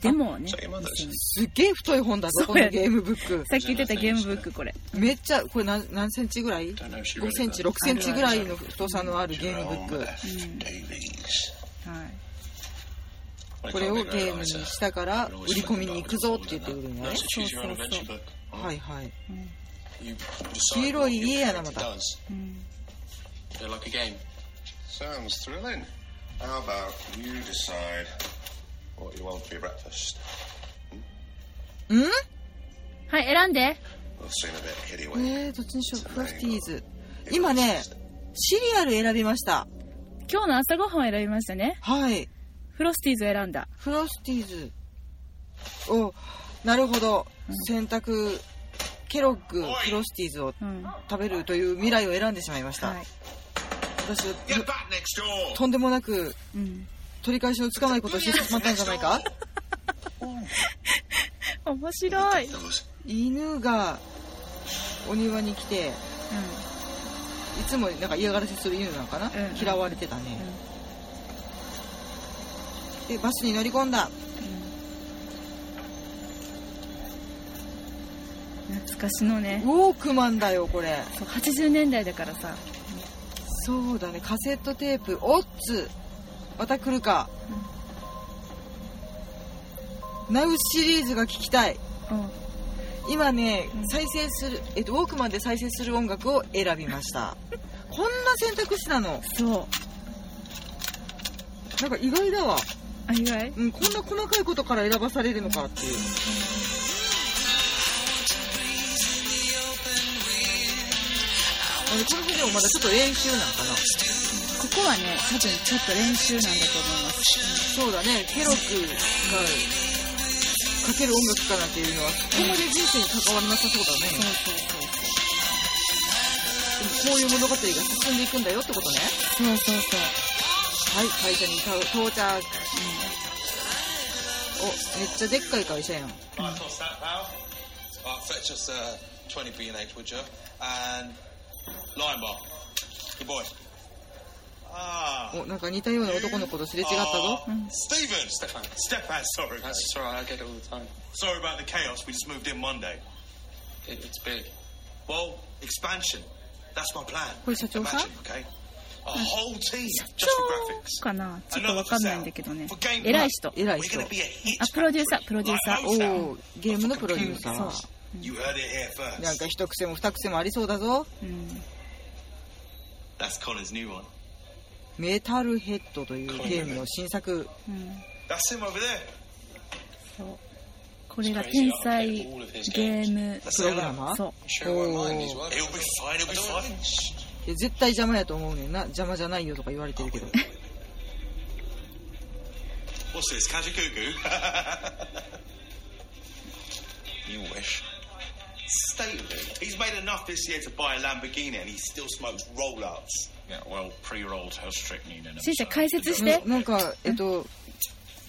デモをね
So。your mother's.
すっげえ太い本だぞ
そ
こ
うや
の
ね
ゲームブック
さっき言ってたゲームブックこれ。
めっちゃこれ何何センチぐらい
Don't know if she
5
read
セン
it.
チ6センチぐらいの太さのあるゲームブック
Jerome FDVs.
はい。
Well,
こ
it
れを
can't be
ゲ
very
ームに
nice, eh?
したから売り込みに行くぞって言ってくるの
No,
ね
it's a choose your
So, so,
own adventure
so.
book.
はいはい
You
Hero
decide what your
yeah,
character
Namata.
does.
うん。
They're like a game.
Sounds thrilling. How about you decide what you want for your breakfast?
はい、選んで。
We'll soon a bit kiddy
え
way.
ー、どっちにしようクラフティーズ今ねシリアル選びました
今日の朝ごはんを選びましたね。
はい
フロスティーズを選んだ。
フロスティーズおなるほど選択ケロッグフロスティーズを
うん。は
食べるという未来を選んでしまいました、
い。
私は
Get back next door!
とんでもなく
うん。
取り返しのつかないことをしてしまったんじゃないか
面白い。うん。
Those
犬がお庭に来ていつもなんか嫌がらせする犬なのかな、
うん
嫌われてたね、でバスに乗り込んだ
うん懐かしのね
ウ。ォークマンだよこれ
そう、80年代だからさ。
そうだねカセットテープオッツまた来るか、ナウシリーズが聴きたい
うん。
今ね
うん
再生する、えっと、ウォークマンで再生する音楽を選びました こんな選択肢なの
そう。
なんか意外だわ、
あ、意外
うん、こんな細かいことから選ばされるのかっていうあれこの辺でもまだちょっと練習なんかな
ここはね、多分ちょっと練習なんだと思います。
そうだね、ケロックがかける音楽かなんていうのは、そこまで人生に関わらなさそうだね。
そうそうそう。
でもこういう物語が進んでいくんだよってことね。
そうそうそう。
はい、会社に到到着。お、めっちゃでっかい会社やん。
Right, what's that, pal? Right, fetch us uh, 20 B&H, would you? And lime bar. Good boy. Ah.
おなんか似たような男の子とすれ違ったぞ
Ah.、
うん
Stephen! Stefan. Stefan, sorry.
That's all right, I get it all the time.
Sorry about the chaos. We just moved in Monday.
It, it's big.
Well, expansion. That's my plan.
Wait, so Joe, huh?
Imagine, okay? A whole team just for
長
graphics.
かなちょっとわかんないんだけどね
For game
偉い人
we're
偉い
going
人
to be a hit.
あプロデューサープロデューサー
Like Ozark.
おおゲームのプロデューサー
そ
You heard it here first.
なんか一癖も二癖もありそうだぞ
う、うん、
That's Colin's new one.
メタルヘッドというゲームの新作
うん、
That's him over there.
そうこれが天才ゲーム
That's
プログラ
him.
マー
そう
I'm sure
Oh.
where mine is working.
He'll be fine. He'll be fine. Shh.
で絶対邪魔やと思うねんな邪魔じゃないよとか言われてるけど
What's this? Kajakuku?
You wish.
State of it. He's made enough this year to buy a Lamborghini and he still smokes roll ups.
Yeah, well, pre-rolled has strychnine in it.
しんちゃん解説し
な
て
なんかえっと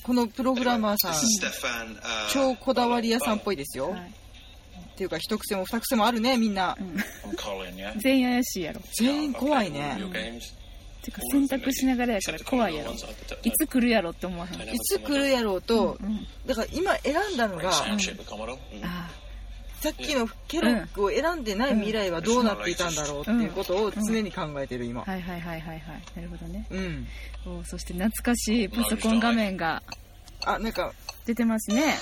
このプログラマーさん
This is Stefan. Uh,
超こだわり屋さんっぽいですよ、
はい
っていうか一癖も二癖もあるねみんな、
I'm Colin, yeah?
全員怪しいやろ
全員怖いね
Your games?
てか選択しながらやから怖いやろいつ来るやろって思わへん
I
あ
never
いつ
come
来る
along.
やろうと、だから今選んだの
Great
が
soundship at Commodore. Mm.
あ
さっきのケロックを選んでない未来はどうなっていたんだろうっていうことを常に考えてる今
はいはいはいはいはいなるほどね
うん
おそして懐かしいパソコン画面が
あなんか
出てますね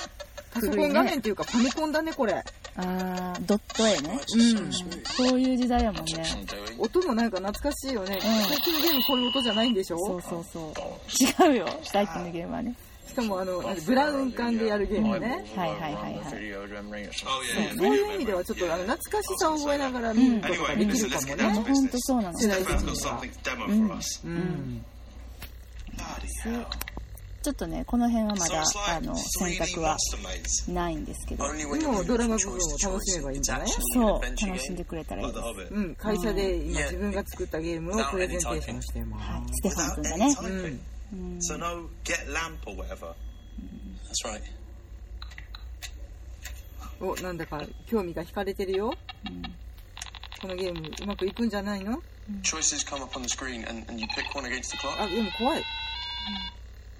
パソコン画面っていうかファミコンだねこれ
あードット絵ね
Oh, It's just
Mm.
so smooth.
そういう時代やもんね
Took some doing.
音もなんか懐かしいよね、最近のゲームこういう音じゃないんでしょ
そうそうそう違うよ最近のゲームはね
しかもあのブラウン管でやるゲーム
Eyeballs
ね
all
Hi,
over
hi,
on
hi,
the
hi.
video memory. It's-
そう Oh, yeah,
そういう意味ではちょっとあの懐かしさを覚えながら見ることができるかも
Yeah.
ね、
ほんとそうなの
世代的
Stefan's
に
got
は
something to demo for us.
Mm. うん、
Bloody
で
hell.
ちょっとねこの
Oh
辺はま
So
だ
it's
あ
like
の選
3D
択は
monster maze.
ないんですけど
Only when
で
you
も
move
ドラ
from
マ部
choice
分を
to
楽し
choice,
めばいいん
it's
じゃない
action
そう
and adventure
楽しん
game.
でくれたらいい
Like
で
The
す
Hobbit.
うん、会社で今自分が作ったゲームをプレゼンテーションしてま
ス
す。
テファン君がね
Typing. So no get lamp or whatever.
That's right.
お、なんだか興味が惹かれてるよ。このゲームうまくいくんじゃないの
Choices come up on the screen and, and you pick one against the
あ、
clock.
でも怖い。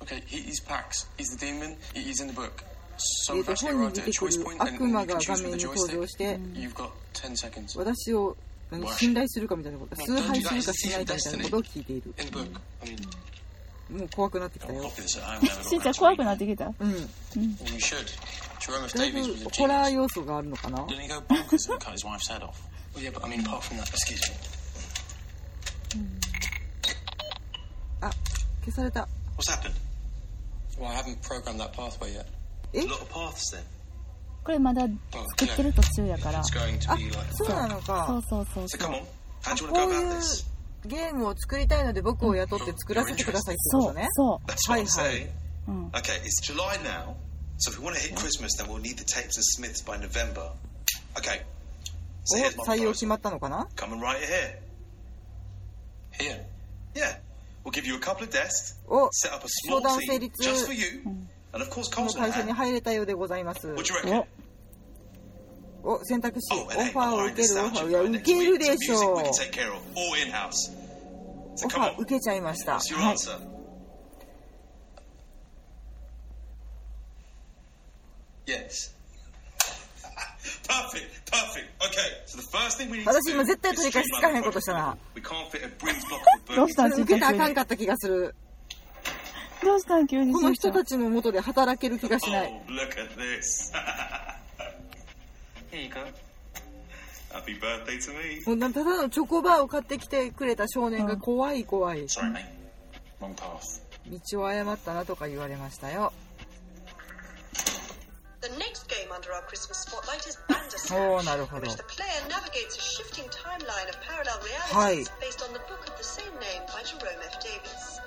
Okay, he, he's Pax. He's the demon. He, he's in the book.
え
So
っ
if
と、
actually
本に出
arrived at a
てく
choice
る
point,
悪
then
魔
you
が
can
画
choose
面
with
に
the
登場
joystick.
して、
You've got 10 seconds.
私を何信頼するかみたいなこと、崇拝するかしないかみたいなことを聞いている。
In the book. I mean,
もう怖くなってきた
I'll
よ。
copy this at home. now, I
しん
don't
ちゃん
have
怖
to
くなっ
read
て
it.
きた
Well, you should. Jerome F.
だい
Davies
ぶ
was a
ホラー
genius.
要素があるのかな
Didn't he go bonkers and cut his wife's head off? Well, yeah, but I mean, apart from that, excuse me.
あ、消された。
What's happened?
Well, I haven't programmed that pathway yet.
A lot of paths then.
これまだ作ってる途中やから
It's
そ
going to
あ
be like.、
そうなの
う
か。
そうそうそ
So
う
come on. How do you
こう
want to go
いう
about this?
ゲームを作りたいので僕を雇って作らせてくださいってこ
そ
と
う
ね。
そ
That's
Hi,
what
hi.
I'm saying.
Mm.
Okay, it's July now, so if we want to hit Christmas, then we'll need the tapes and Smiths by November. Okay,
お
so here's my
採用決
proposal.
まったのかな
Come and write it here.
Here.
Yeah, we'll give you a couple of desks,
お
set up a small
Slow down, uh,
team
Felix.
just for you,
hmm.
and of course,
この
Cole's
会社に
What
入れたようでございます
do you reckon?
お選択肢
Oh,
オフ
and
ァ
hey,
ーを
behind
受け
the
るオファー
sound you
いや
find
受
next
け
week,
る
some
でし
music
ょ
we
う
can take care of, all in-house.
オ
So
ファ
come
ー
on,
受けちゃいました
what's your answer?
Yes.
Perfect, perfect. Okay, so the first thing we need to
私
do
今
is
絶対取り返しつかへんことしたな
we can't fit a breeze block of
どう
books.
したんし
受
んちゃ
け
ん
た
急
らあかん
に
かった気がする
どうしたん急に
こ
し
の
んちゃ
人
ん
たちの元で働ける気がしない
Oh, look at this.
Here you go.
Happy birthday to me.
もうなただのチョコバーを買ってきてくれた少年が怖い怖い
Sorry, mate. Wrong path.
道を誤ったなとか言われましたよ
The next game under our Christmas spotlight is
お
Bandersnatch,
ーなるほ
in
ど
which the player navigates a shifting timeline of parallel
はい。
realities based on the book of the same name by Jerome F. Davies.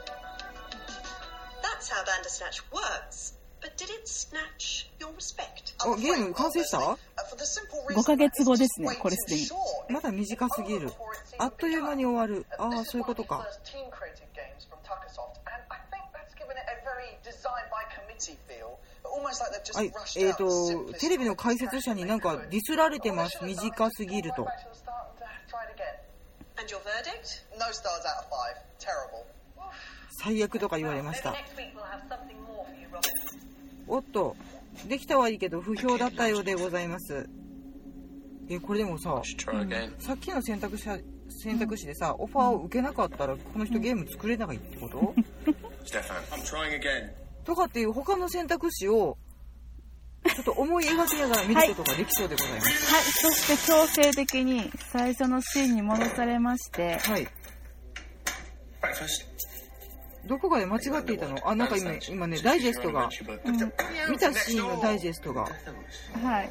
That's how Bandersnatch works. But did it snatch your respect?
おゲーム完成した
5ヶ月後ですねこれすでに
まだ短すぎるあっという間に終わるああそういうことか
Team created games from Tuckersoft, and I think that's given it a very design by committee feel, almost like they've just
はい
rushed
え
out
ー、と
simplest
テレビの解説者になんかディスられてます
Well, they should have done
短
this
すぎると
all the way back to the start and, uh, tried again.
I And your verdict?
No stars out of five. Terrible.
最悪とか言われま
Maybe
した。
next week we'll have something more for you, Robin.
おっと、できたはいいけど不評だったようでございます。え、これでもさ、
Should try again.
さっきの選択肢選択肢でさ、オファーを受けなかったらこの人ゲーム作れないってこと
Stefan.
I'm trying again.
とかっていう他の選択肢をちょっと思い描きながら見ることができそうでございます。
はい、そして強制的に最初のシーンに戻されまして、
はい。
Breakfast.
どこかで間違っていたのあ、なんか今、今ね、ダイジェストが、見たシーンのダイジェストが。
はい。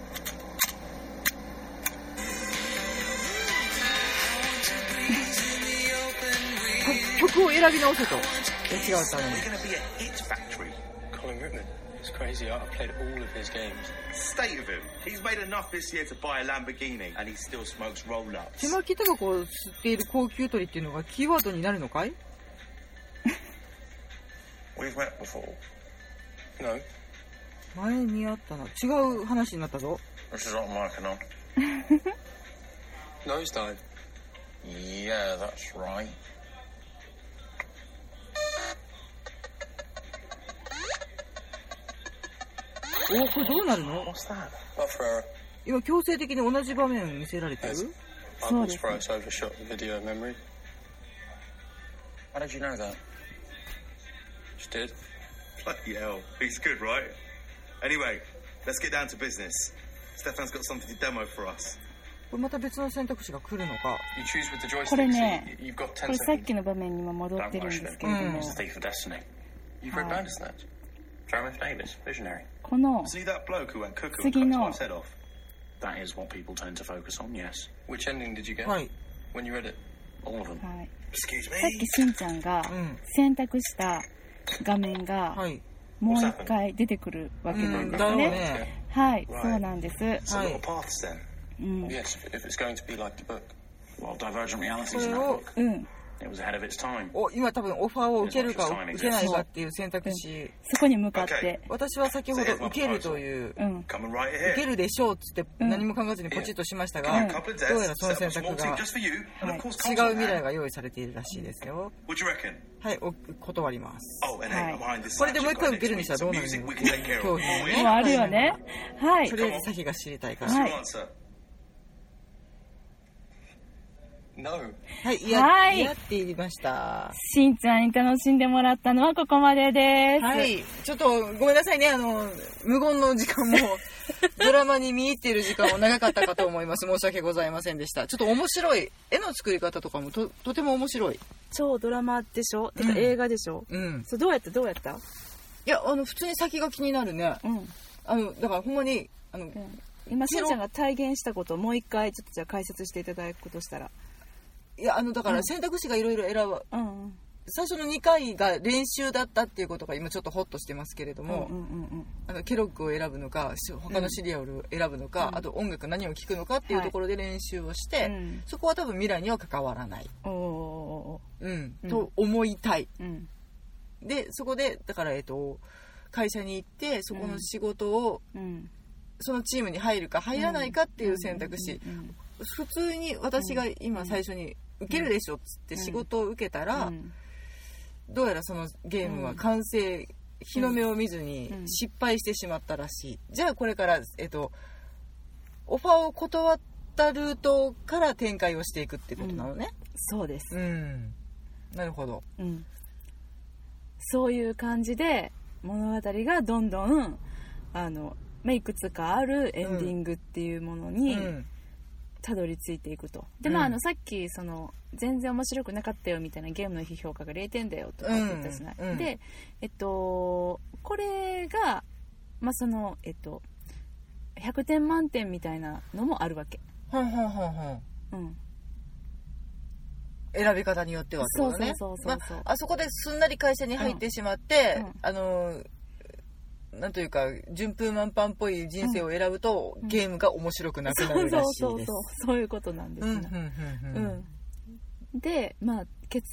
曲を選び直せと。え違うったのに。
We're going to be a hit factory.
Colin Rickman. It's crazy. I've played all of his games.
State of him. He's made enough this year to buy a Lamborghini, and he still smokes roll-ups.
手巻きタバコを吸っている高級鳥っていうのがキーワードになるのかい
We've met before. No,
前にあったな。違う話になったぞ。
This is what I'm working on.
nosedive.
Yeah, that's right.
おこれどうなるの
What's that?
Not Ferrara.
今強制的に同じ場面を見せられてる
Apple's Price overshot the video memory.
How did you know that?
She did.
Bloody hell. He's good, right? Anyway, let's get down to business. Stefan's got something to demo for us.
これまた別の選択肢が来るのか
You choose with the joystick.
これ
so
ね
you- you've got
こ
ten
れさっ
seconds.
きの場面にも戻ってるんですけれども、
Oh.
It's the thief of destiny.
You've read Bandersnatch.
Jarmuth Davis, visionary.
この
See that bloke who went cuckoo and
Ziggy,
cut his
no.
wife's head off?
That is what people tend to focus on, yes.
Which ending did you get
はい。
when you read it?
All of them.
はい、
Excuse
さっきしんちゃんが
ん
選択した画面が
はい。
もう一回出てくるわけ
う
なん
ん、
で
だ
す
よ
ね。
ね。
はい、そうなんです。
It's a
Aye.
little paths then.
Yes, if, if it's going to be like the book.
Well, divergent realities
こ
in
れ
that
を
book.
うん、
It was ahead of its time.
お、今多分オファーを受けるか受けないかっていう選択肢。
そこに向かって、
私は先ほど受けるという、
うん、
Come and write it
受
here.
けるでしょうっつって何も考えずにポチッとしましたが、
A couple of
どうやら
desks,
その
set
選
up
択
a small team
が
just for you, and of course,
違
Colton
う未来
there.
が用意されているらしいですよ。
What do you reckon?
はい、お断ります。
Oh, and
Aye.
hey, behind this
What did
lounge,
the
you've got
Wicklow get in
next
this? I
week's
don't know.
music we can take care of.
Wicklow.
もうあるよね。はい
と。りあえず先が知りたいから。
はい
Your answer.
No.
はい、いや、
はい
いやって言いました。
しんちゃんに楽しんでもらったのはここまでです。
はい、ちょっとごめんなさいね、あの、無言の時 間も、ドラマに見入っている時間も長かったかと思います。申し訳ございませんでした。ちょっと面白い。絵の作り方とかもと、とても面白い。
超ドラマでしょてか映画でしょ、
うん。
そうどうやったどうやった
いや、あの、普通に先が気になるね。
うん。
あの、だからほんまに、あの、
今、しんちゃんが体現したことをもう一回、ちょっとじゃあ解説していただくとしたら。
いや、あの、だから選択肢がいろいろ選ば、
うんうん。
最初の2回が練習だったっていうことが今ちょっとホッとしてますけれども、
うんうんうん。
あのケロッグを選ぶのかし他のシリアルを選ぶのか、あと音楽何を聴くのかっていうところで練習をして、
うん
そこは多分未来には関わらない、
おーお
うん
うん
と思いたい
ーおーうん。
でそこでだから、えっと、会社に行ってそこの仕事を、
うん。
そのチームに入るか入らないかっていう選択肢、
うん。
普通に私が今最初に受けるでしょっつって仕事を受けたら、
うん
どうやらそのゲームは完成、日の目を見ずに
うん
失敗してしまったらしい、じゃあこれから、えっと、オファーを断ったルートから展開をしていくってことなのね
そうです。
うん、なるほど
うん。そういう感じで、物語がどんどん、あの、まあいくつかあるエンディングっていうものに、
うん
たどり着いていくとで
うん
まああのさっきその全然面白くなかったよみたいなゲームの批評価が0点だよとかって言ったじゃない、
うんうん
でえっとこれがまあそのえっと100点満点みたいなのもあるわけ、
ほんほんほんほん
うん、
選び方によってはってことね
そうそうそうそうそう
まあ、あそこですんなり会社に入ってしまって、
うんうん
あのなんというか順風満帆っぽい人生を選ぶと、ゲームが面白くなくな
そう
る
そ
ら
う
し
そ
いうです
そうそういうことなんです
うんうん
ね、
うん
う
うんん
でまあ結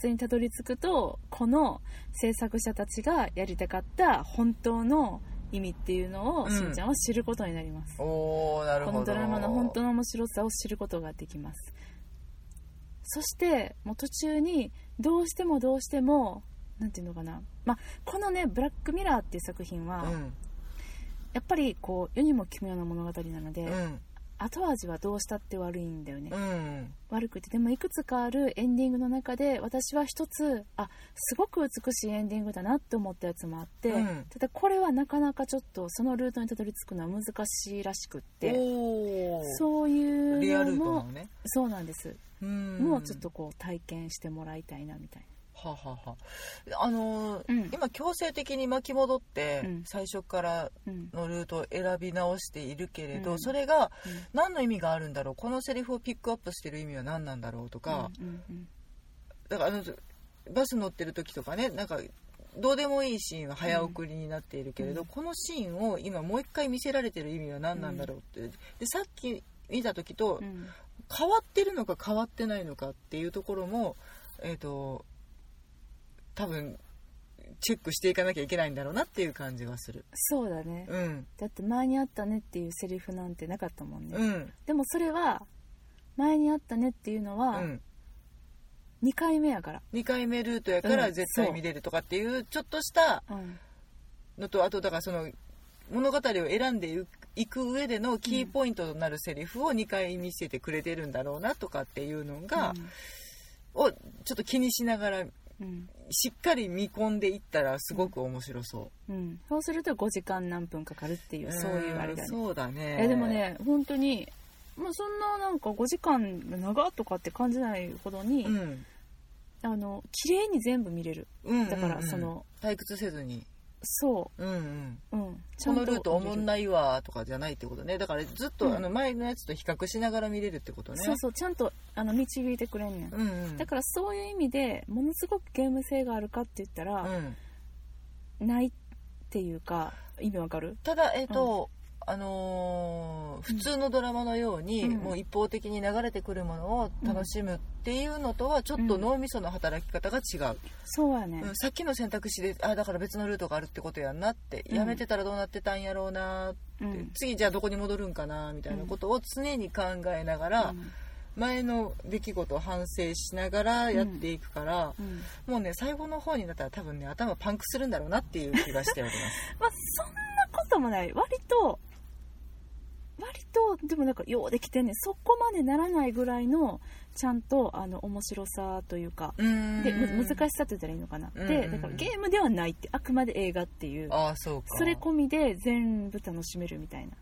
末にたどり着くとこの制作者たちがやりたかった本当の意味っていうのを
うん
しんちゃんは知ることになります、
おーなる
こ
ほど
のドラマの本当の面白さを知ることができますそしてもう途中にどうしてもどうしてもなんていうのかな、まあ、このね「ブラックミラー」っていう作品は、
うん
やっぱりこう世にも奇妙な物語なので、
うん
後味はどうしたって悪いんだよね、
うん
悪くてでもいくつかあるエンディングの中で私は一つあすごく美しいエンディングだなって思ったやつもあって、
うん
ただこれはなかなかちょっとそのルートにたどり着くのは難しいらしくって
おー
そうい
リア
うの
ルー
も
トなのね
そうなんです、
うん
もうちょっとこう体験してもらいたいなみたい
はあ、はあはあ、あのー
うん
今強制的に巻き戻って
うん
最初から
な、うん、
のルートを選び直しているけれど、
うん
それが
うん
何の意味があるんだろうこのセリフをピックアップしてる意味は何なんだろうとか、
うんうん
だからあのバス乗ってる時とかねなんかどうでもいいシーンは早送りになっているけれど、
うん
このシーンを今もう一回見せられてる意味は何なんだろうって、でさっき見た時と
うんうん
変わってるのか変わってないのかっていうところも、えー、と多分チェックしていかなきゃいけないんだろうなっていう感じがする。
そうだね、
うん、
だって前にあったねっていうセリフなんてなかったもんね、
うん、
でもそれは前にあったねっていうの
う
は
ん
2回目やから、
2回目ルートやから
うん
絶対見れるとかっていうちょっとした
うん
のとあとだからその物語を選んでいくいく上でのキーポイントとなるセリフを2回見せてくれてるんだろうなとかっていうのが、をちょっと気にしながら
うん
しっかり見込んでいったらすごく面白そ、
うん、そうすると5時間何分かかるっていううそういうあれだね
んそうだね
えでもね本当にまあそんななんか5時間が長っとかって感じないほどに、
うん
あの綺麗に全部見れる
うん
だから
うんうん
その
退屈せずに、
そ
うんうん、
ううんち
このルートおもん
い
ないわとかじゃないってことねだからずっと、
うん
あの前のやつと比較しながら見れるってことね
そうそうちゃんとあの導いてくれんねん、
うんうん
だからそういう意味でものすごくゲーム性があるかって言ったら、
うん、
ないっていうか意味わかる
ただえっ、と、あのー普通のドラマのように、
うん
もう一方的に流れてくるものを楽しむっていうのとはちょっと脳みその働き方が違う、
そうやね、
うんさっきの選択肢であだから別のルートがあるってことやんなって、
うん
やめてたらどうなってたんやろうなって、
うん
次じゃあどこに戻るんかなみたいなことを常に考えながら、
うん
前の出来事を反省しながらやっていくから、
うん
もうね最後の方になったら多分ね頭パンクするんだろうなっていう気がしてお ります。
まあ、そんなこともない割と割とでもなんかようできてんねんそこまでならないぐらいのちゃんとあの面白さというか
うーん
でむ難しさと言ったらいいのかな
うん
でだからゲームではないってあくまで映画っていう
ああそうか
それ込みで全部楽しめるみたいな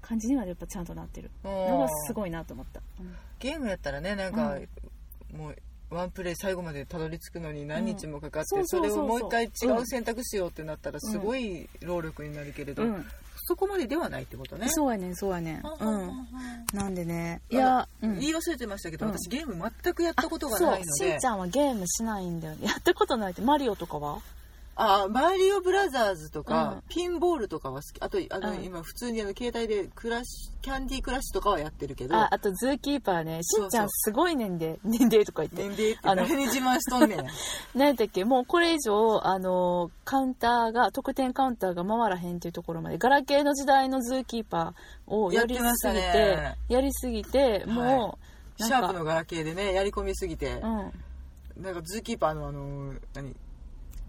感じにはやっぱちゃんとなってるのがす
い
ごいなと思った、うん
ゲームやったらねなんか、
うん
もうワンプレイ最後までたどり着くのに何日もかかって、
うん
そ
そうそうそうそう
れをもう一回違う選択しようってなったらすごい労力になるけれど、
うん
そこまでではないってことね
そうやねんそうやねん
あ
うんなんでねい
いや
や、、うん
言い忘れてましたけど、
うん
私ゲーム全くやったことが
そ
な
う
いの
し
で
んちゃんはゲームしないんだよねやったことないってマリオとかは
ああマリオブラザーズとか、
うん
ピンボールとかは好きあとあの、
うん
今普通にあの携帯でクラッシュキャンディークラッシュとかはやってるけど
あ、あとズーキーパーね、しんちゃんすごいねんで、 年齢とか言って。
年齢って
あの
誰に自慢しとんねん
何やったっけもうこれ以上、あの、カウンターが、得点カウンターが回らへんっていうところまで、ガラケーの時代のズーキーパーをやりす
やってました
ぎて、
ね
やりすぎて、もう、
シャープのガラケーでねやり込みすぎて、
うん、
なんかズーキーパーのあの何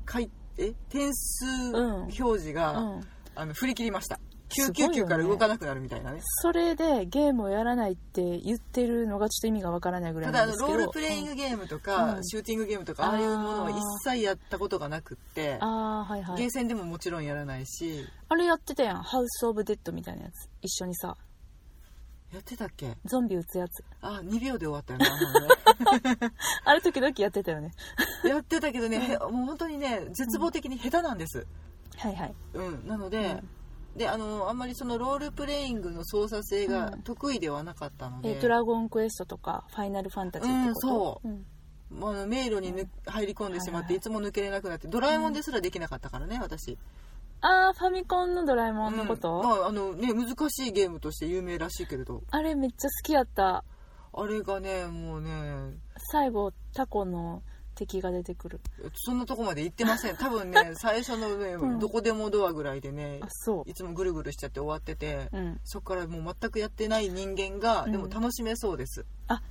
かいえ点数
うん
表示が、
うん。
あの振り切りました
すごいよね
999から動かなくなるみたいなね
それでゲームをやらないって言ってるのがちょっと意味がわからないぐら
た
い
だ
な
あ
んです
の
けど。
ロールプレイン
う
グ
ん
ゲームとか、
うん
シューティングゲームとかああいうものは一切やったことがなくって
ああ、はいは
ゲ
い
ー。センでももちろんやらないし
あれやってたやん。ハウス・オブ・デッドみたいなやつ。一緒にさ、
やってたっけ
ゾンビ撃つやつ。
あ2秒で終わ ったよなあのね
あれ時々やってたよね。
やってたけどねへもう本当にね絶望的に下手なんです
はいはい。
うん、なので、であのあんまりそのロールプレイングの操作性が
うん
得意ではなかったので、
えードラゴンクエストとかファイナルファンタジーってこと、、
うんもうあの迷路にぬ入り込んでしま
はい
っ
は
て
い
いつも抜けれなくなってドラえもんですらできなかったからね私
ああファミコンのドラえもんのこと、
うんまああのね難しいゲームとして有名らしいけれど
あれめっちゃ好きやった
あれがねもうね
最後タコの敵が出てくる
そんなとこまで行ってません多 分ね最初のね、
ん
どこでもドアぐらいでね
あそ
いつもぐるぐるしちゃって終わってて、
ううん
そこからもう全くやってない人間が、
うん
でも楽しめそうです
あ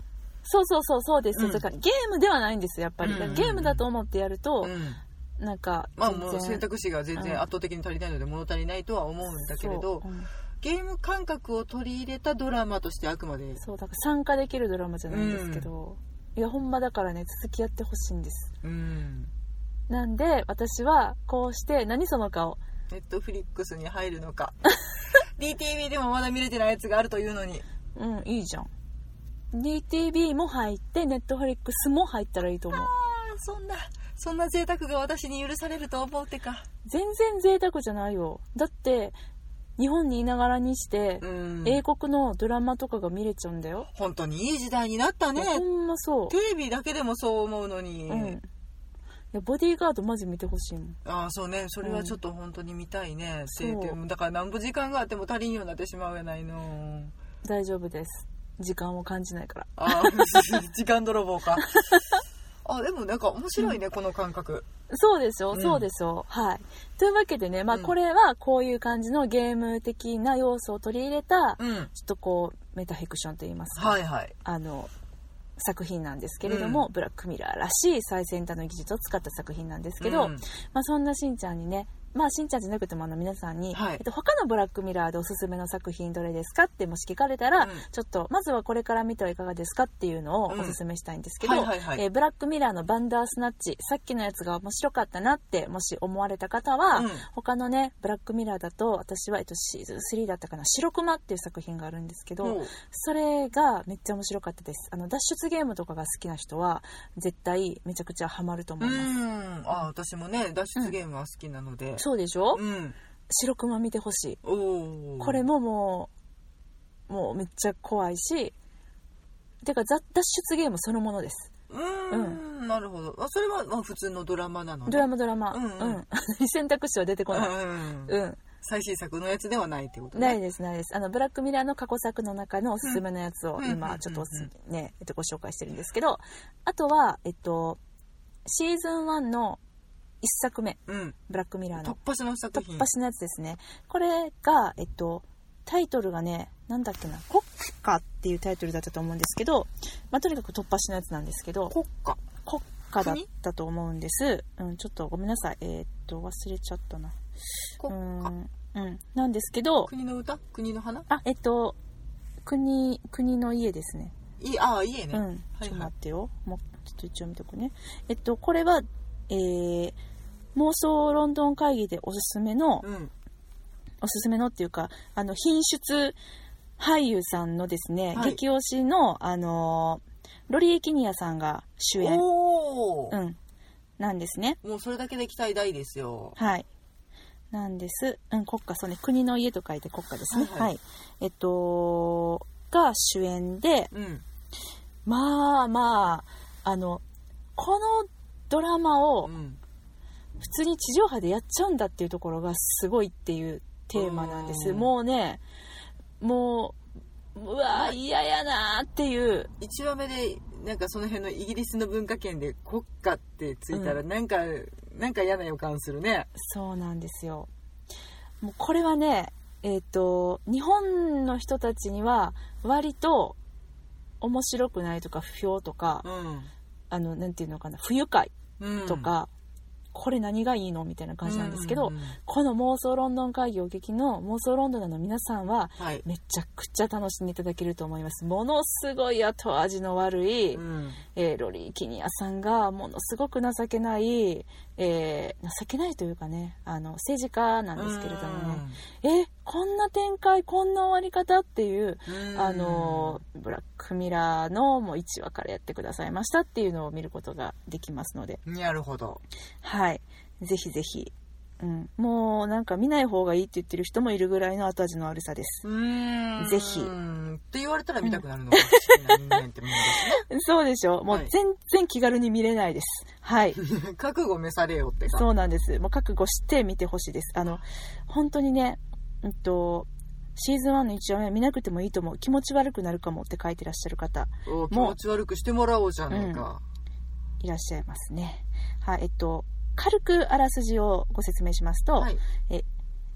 そうそうそうそうです、
うん
とかゲームではないんですよやっぱり、
うん
ゲームだと思ってやると
う、ん
なんか
まあもう選
全然
択肢が全
うん
然圧倒的に足りないので物足りないとは思うんだけれど
そう,、うん
ゲーム感覚を取り入れたドラマとしてあくまで
そうだから参加できるドラマじゃないんですけど、いやほんまだからね続きやってほしいんです
うん
なんで私はこうして何その顔
ネットフリックスに入るのか DTV でもまだ見れてないやつがあるというのに
うんいいじゃん DTV も入って Netflix も入ったらいいと思う
あそんなそんな贅沢が私に許されると思うてか
全然贅沢じゃないよだって日本にいながらにして、
うん
英国のドラマとかが見れちゃうんだよ、
本当にいい時代になったね
いやほんまそう
テレビだけでもそう思うのに、
うんいやボディーガードマジ見てほしいもん
ああそうねそれはちょっと本当に見たいね、
そう
晴天だから何ぼ時間があっても足りんようになってしまうやないの
大丈夫です時間を感じないから
ああ 時間泥棒かあでもなんか面白いね、この感覚
そうでしょ、
うん
そうでしょはいというわけでね、まあ、
うん
これはこういう感じのゲーム的な要素を取り入れた、
うん
ちょっとこうメタフィクションといいますか、
はいはい
あの作品なんですけれども、ブラックミラーらしい最先端の技術を使った作品なんですけど、
うん
まあ、そんなしんちゃんにねまあ、しんちゃんじゃなくてもあの皆さんに、
は
え
い
っと、他のブラックミラーでおすすめの作品どれですかってもし聞かれたら、
うん
ちょっとまずはこれから見てはいかがですかっていうのを
うん
おすすめしたいんですけど、
はいはいはい
えーブラックミラーのバンダースナッチさっきのやつが面白かったなってもし思われた方は、
うん
他のねブラックミラーだと私は、えっと、シーズン3だったかな「白熊」っていう作品があるんですけど、
ほう
それがめっちゃ面白かったですあの脱出ゲームとかが好きな人は絶対めちゃくちゃハマると思
う
います、
んああ私もね脱出ゲームは好きなので
そうでしょ、
うん
白熊見てほしい
おお
これももうもうめっちゃ怖いしてかざ脱出ゲームそのものです
うーん、なるほどあそれはまあ普通のドラマなの
ドラマドラマ
う
うんん、
うん
選択肢は出てこない、
うん
うん
最新作のやつではないってこと
ない
ね
ですないですあのブラックミラーの過去作の中のおすすめのやつを
うんう
今
ん
ちょっとおす
うん
ね、えっと、ご紹介してるんですけどあとはえっとシーズン1の1作目
うん
ブラックミラー
突
の
破しの作
突
品
破しのやつですねこれがえっとタイトルがねなんだっけな「国家」っていうタイトルだったと思うんですけど、まあ、とにかく突破しのやつなんですけど
国家
国家だったと思うんです、うん、ちょっとごめんなさいえーっと忘れちゃったなう
国
ー
家
ん、うん、なんですけど
国の歌国の花
あえっと国国の家ですね
いいああいいね、
うん、
は
ちょ
い
っと
は
待
い
ってよもうちょっと一応見とくねえっとこれはえー妄想ロンドン会議でおすすめの、
うん
おすすめのっていうかあの品質俳優さんのですね、
はい
激推しの、あのーロリエ・キニアさんが主演、
おお、
うん、なんですね
もうそれだけで期待大ですよ
はいなんです、うん、国家そうね国の家と書いて国家ですね
は
はいい、
はい
えっとが主演で
うん
まあまああのこのドラマを
うん
普通に地上波でやっちゃうんだっていうところがすごいっていうテーマなんです
うん
もうねもううわー嫌やなーっていう
1話目でなんかその辺のイギリスの文化圏で国家ってついたら
う
なんか、なんか嫌な予感するね
そうなんですよもうこれはねえっ、と日本の人たちには割と面白くないとか不評とか、
うん
あのなんていうのかな不愉快
うん
とか、これ何がいいのみたいな感じなんですけど、
うんうんうん
この妄想ロンドン会議お劇の妄想ロンドンの皆さんは
はい、
めちゃくちゃ楽しんでいただけると思いますものすごい後味の悪い、
うん、
えーロリー・キニアさんがものすごく情けない、えー情けないというかねあの政治家なんですけれどもねえこんな展開こんな終わり方っていう
うん
あのーブラックミラーのもう1話からやってくださいましたっていうのを見ることができますので
なるほど
はいぜひぜひ、うん、もうなんか見ない方がいいって言ってる人もいるぐらいの後味の悪さです
うーん
ぜひ
って言われたら見たくなるのかもしれない人間ってもんで
そうでしょも
は
う
い
全然気軽に見れないですはい
すね覚悟召されよってか
そうなんです。もう覚悟して見てほしいです。あの、本当にね、うんと、シーズン1の1話目は見なくてもいいと思う。気持ち悪くなるかもって書いてらっしゃる方
お気持ち悪くしてもらおうじゃねえか、
いらっしゃいますね。はい、えっと、軽くあらすじをご説明しますと、
はい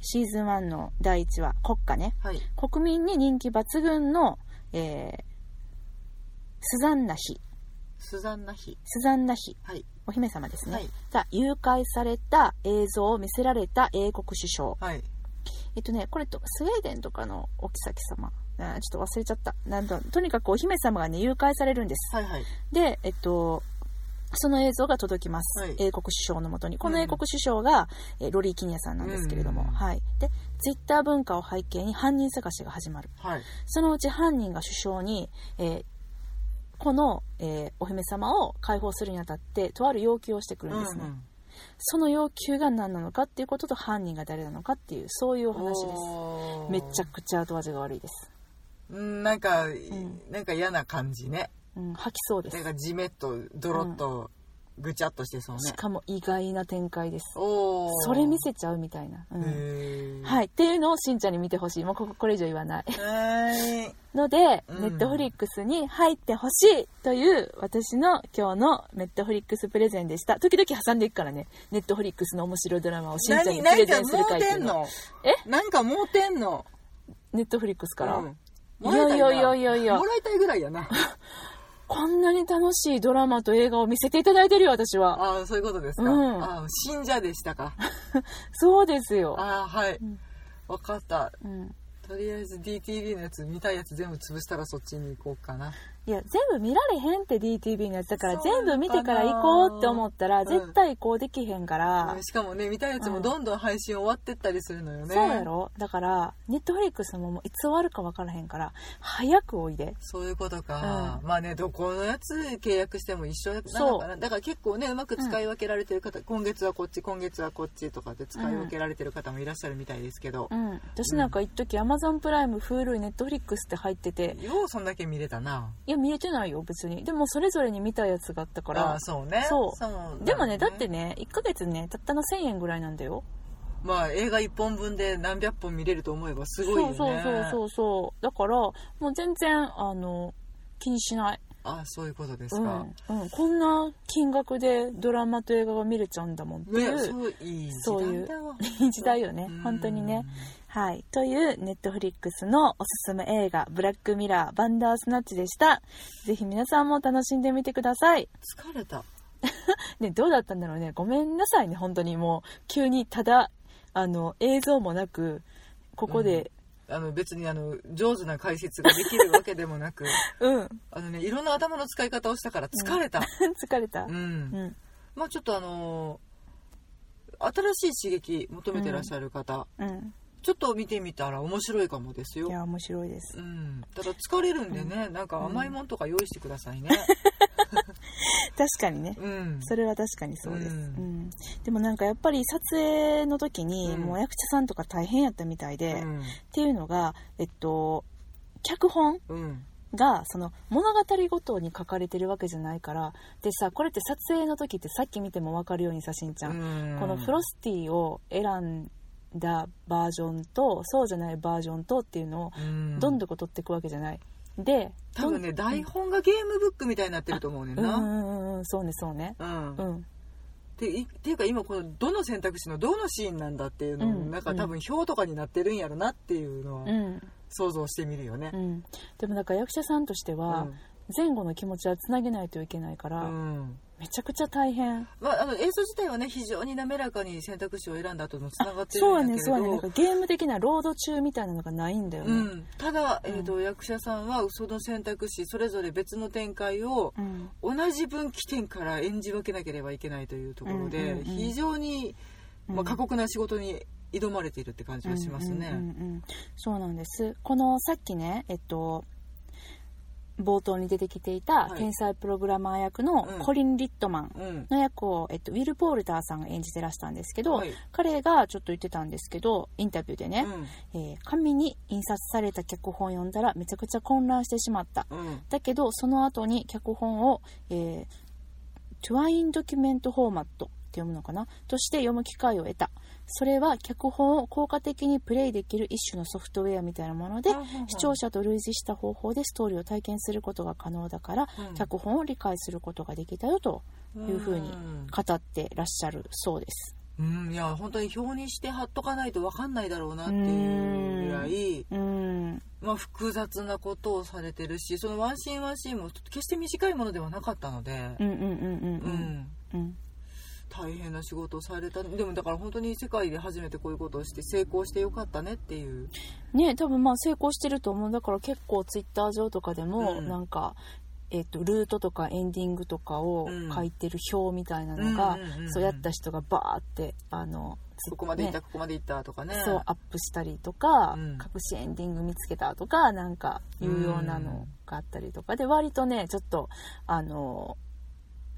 シーズン1の第1話、国家ね。
はい
国民に人気抜群の、えースザンナ妃
スザンナ妃
スザンナ妃
はい
お姫様ですね、
はい
が誘拐された映像を見せられた英国首相
はい
えっとねこれとスウェーデンとかのお妃様あーちょっと忘れちゃったなんととにかくお姫様がね誘拐されるんです、
はいはい
でえっとその映像が届きます、
はい
英国首相のもとにこの
うん
英国首相が、えーロリー・キニアさんなんですけれども、
うん
はいでツイッター文化を背景に犯人探しが始まる
はい
そのうち犯人が首相に、えーこの、えーお姫様を解放するにあたってとある要求をしてくるんですね、
うんうん
その要求が何なのかっていうことと犯人が誰なのかっていうそういうお話です
おー
めちゃくちゃ後味が悪いです、
うんなんか、
ん
なんか嫌な感じね
うん、吐きそうです
なんかじめっとドロッとぐちゃっとしてそうね
し、かも意外な展開です
おお
それ見せちゃうみたいな、うん
へー
はいっていうのをしんちゃんに見てほしいもうこここれ以上言わない
はい
ので、
うん
ネットフリックスに入ってほしいという私の今日のネットフリックスプレゼンでした時々挟んでいくからねネットフリックスの面白いドラマをしんちゃんにプレ
何何
ゼ
か
ンする
もう
会ってていうんの
の
え
なんかもうてんの
ネットフリックスから、
うん
いやいやいやいやいや
もらいたいぐらいやな
こんなに楽しいドラマと映画を見せていただいてるよ私は
ああそういうことですか、
うん
ああ信者でしたか
そうですよ、
ああはい、
ん
わかった
うん、
とりあえず DTV のやつ見たいやつ全部潰したらそっちに行こうかない
や全部見られへんって DTV のやつだから
そう
全
なのかな
部見てから行こうって思ったら
ん
絶対移行できへんから、
しかもね見たいやつもどんどん配信終わってったりするのよね、
そうやろだからネットフリックスももういつ終わるか分からへんから早くおいで
そういうことか、まあねどこのやつ契約しても一緒なのかなだから結構ねうまく使い分けられてる方、今月はこっち今月はこっちとかって使い分けられてる方もいらっしゃるみたいですけど
う、ん私なんか一時 Amazon プライム Hulu ネットフリックスって入ってて
ようそんだけ見れたない
や見えてないよ別にでもそれぞれに見たやつがあったか
あ
ら
あそうね
そう
なん
でもねだってね1ヶ月ねたったの1000円ぐらいなんだよ
まあ映画1本分で何百本見れると思えばすごいよね
そうそうそうそうそうだからもう全然あの気にしない
ああそういうことです
う
か、
ん、うん、こんな金額でドラマと映画が見れちゃうんだもんってい
ね、
う、
そういい時
そうい
代
う
だわ
い い時代よね
うん
本当にねはいというネットフリックスのおすすめ映画「ブラックミラーバンダースナッチ」でしたぜひ皆さんも楽しんでみてください
疲れた
ねどうだったんだろうねごめんなさいね本当にもう急にただあの映像もなくここで
あの別にあの上手な解説ができるわけでも なく
うん、
あのねいろんな頭の使い方をしたから疲れた
疲れた
うん、
うん
まあちょっとあのー新しい刺激求めてらっしゃる方、
うん
ちょっと見てみたら面白いかもです
い
よ
や面白いです
うん、ただ疲れるんでね、なんか甘いもんとか用意してくださいね。
確かにね
うん。
それは確かにそうです、う
うん
んでもなんかやっぱり撮影の時に
うん
もう役者さんとか大変やったみたいで、
う
っ
ん。
ていうのがえっと脚本
うん。
がその物語ごとに書かれてるわけじゃないからでさこれって撮影の時ってさっき見ても分かるようにさしんちゃん、このフロスティを選んだバージョンとそうじゃないバージョンとっていうのを
うん、
どんどこ取っていくわけじゃない、で
多分ね、
どん
台本がゲームブックみたいになってると思うねん
うんう
な。
んうんうんそうねそうね
うん
う。ん
ていっていうか今このどの選択肢のどのシーンなんだっていうの
う
も
ん
なんか多分表とかになってるんやろなっていう
う
のは
ん
想像してみるよね
う。ん、でもなんか役者さんとしては前後の気持ちはつなげないといけないか
う
ら、
んうん
めちゃくちゃ大変
まあ、あの映像自体はね非常に滑らかに選択肢を選んだ後もつながって
そうや
るんだ
ね
けれ
そうやねなんか
ど
ゲーム的なロード中みたいなのがないんだよ
う
ね
んただ、えー、と役者さんはその選択肢それぞれ別の展開を
うん、
同じ分岐点から演じ分けなければいけないというところ
うん
で
うんうん
非常に、まあ、過酷な仕事に挑まれているって感じはしま
う
す
んうん
ね。
うんうんそうなんですこのさっきねえっと冒頭に出てきていた
はい
天才プログラマー役の
うん
コリン・リットマン
うん
の役を、えっと、ウィル・ポールターさんが演じてらしたんですけど、
はい
彼がちょっと言ってたんですけどインタビューでね、えー紙に印刷された脚本を読んだらめちゃくちゃ混乱してしまった
うんうん
だけどその後に脚本を、えートゥワインドキュメントフォーマットって読むのかなとして読む機会を得たそれは脚本を効果的にプレイできる一種のソフトウェアみたいなもので
ほうほうほう
視聴者と類似した方法でストーリーを体験することが可能だから、
うん
脚本を理解することができたよというふうに
うん
語ってらっしゃるそうです。
うん、いや本当に表にして貼っとかないと分かんないだろうなっていうぐらい、
うん
まあ、複雑なことをされてるしそのワンシーンワンシーンも決して短いものではなかったので
う、んうんうんうん
うん
うん
大変な仕事をされたでもだから本当に世界で初めてこういうことをして成功してよかったねっていう
ね多分まあ成功してると思うだから結構ツイッター上とかでも、
うん
なんか、えっとルートとかエンディングとかを
うん
書いてる表みたいなのが、
うんうんうんうん
そうやった人がバーってあのツイ
ここまでいった、
ね
ここまでいったとかね
そうアップしたりとか、
うん
隠しエンディング見つけたとかなんかいうようなのがあったりとかで割とねちょっとあの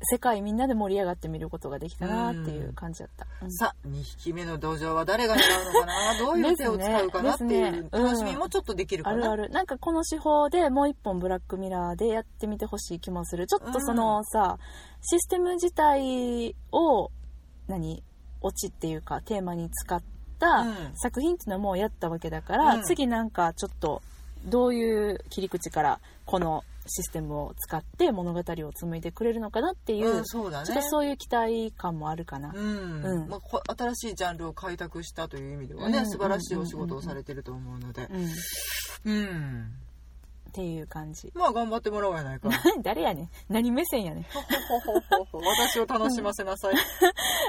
世界みんなで盛り上がって見ることができたなっていう感じだった。うん
さあ2匹目の土壌は誰が狙うの かなどういう手を使うかなってい
ですね
う
うん
楽しみもちょっとできるか
ある
な、
あるなんかこの手法でもう一本ブラックミラーでやってみてほしい気もするちょっとそのさ、システム自体を何オチっていうかテーマに使った
うん
作品っていうのはもうやったわけだから、
うん
次なんかちょっとどういう切り口からこのシステムを使って物語を紡いでくれるのかなっていう、
うん、そうだね
ちょっとそういう期待感もあるかな、
うん
うん
まあ、こ新しいジャンルを開拓したという意味ではね、
うん
素晴らしいお仕事をされてると思うので
うんっ
うん、
ていう感じ
まあ頑張ってもらおうやないか
誰やねん何目線やねん
私を楽しませなさい、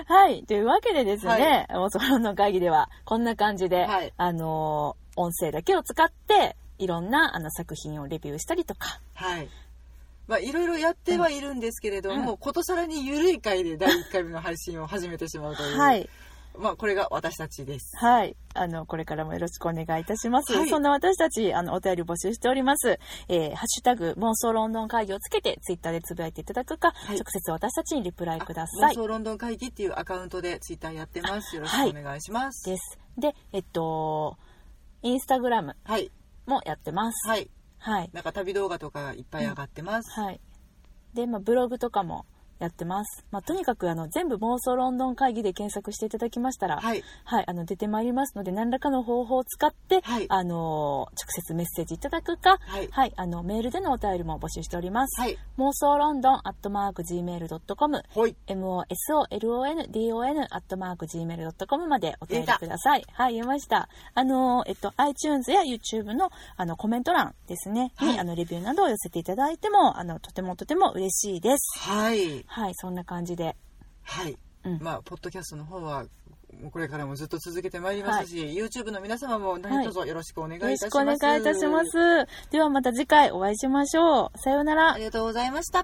はい。というわけでです
は
ね、妄想の会議では、こんな感じで、
はい
あのー音声だけを使って、いろんなあの作品をレビューしたりとか、
はいまあいろいろやってはいるんですけれども、ことさらに緩い回で第1回目の配信を始めてしまうという、
はい。
まあこれが私たちです
はい。あの、これからもよろしくお願いいたします。
はい
そんな私たち、あの、お便り募集しております。えーハッシュタグ、妄想ロンドン会議をつけて、ツイッターでつぶやいていただくか、
い
直接私たちにリプライくださ
妄
い。
想ロンドン会議っていうアカウントでツイッターやってますよろしくお願いします
です。で、えっと、インスタグラム
はい
もやってます。
はい
はい。
なんか旅動画とかがいっぱい上がってます、
はい。で、まあ、ブログとかもやってます。まあ、とにかく、あの、全部妄想ロンドン会議で検索していただきましたら、
はい。
あの、出てまいりますので、何らかの方法を使って、
はい
あのー、直接メッセージいただくか、
はい
あの、メールでのお便りも募集しております。
はい
妄想ロンドンアットマーク Gmail.com、
ほい
mosolondon アットマーク gmail.com までお便りください。はい、言いました。あの、えっと、iTunes や YouTube のあのコメント欄ですね、
はい
にあのレビューなどを寄せていただいても、あの、とてもとても嬉しいです。
はい
はい、そんな感じで。
はい、
うん
まあポッドキャストの方はもうこれからもずっと続けてまいりますし、YouTube の皆様も何卒よろしくお願いい
よ
た
ろ
しま
し
す、
くお願いいたします。ではまた次回お会いしましょう。さようなら
あ。りがとうございました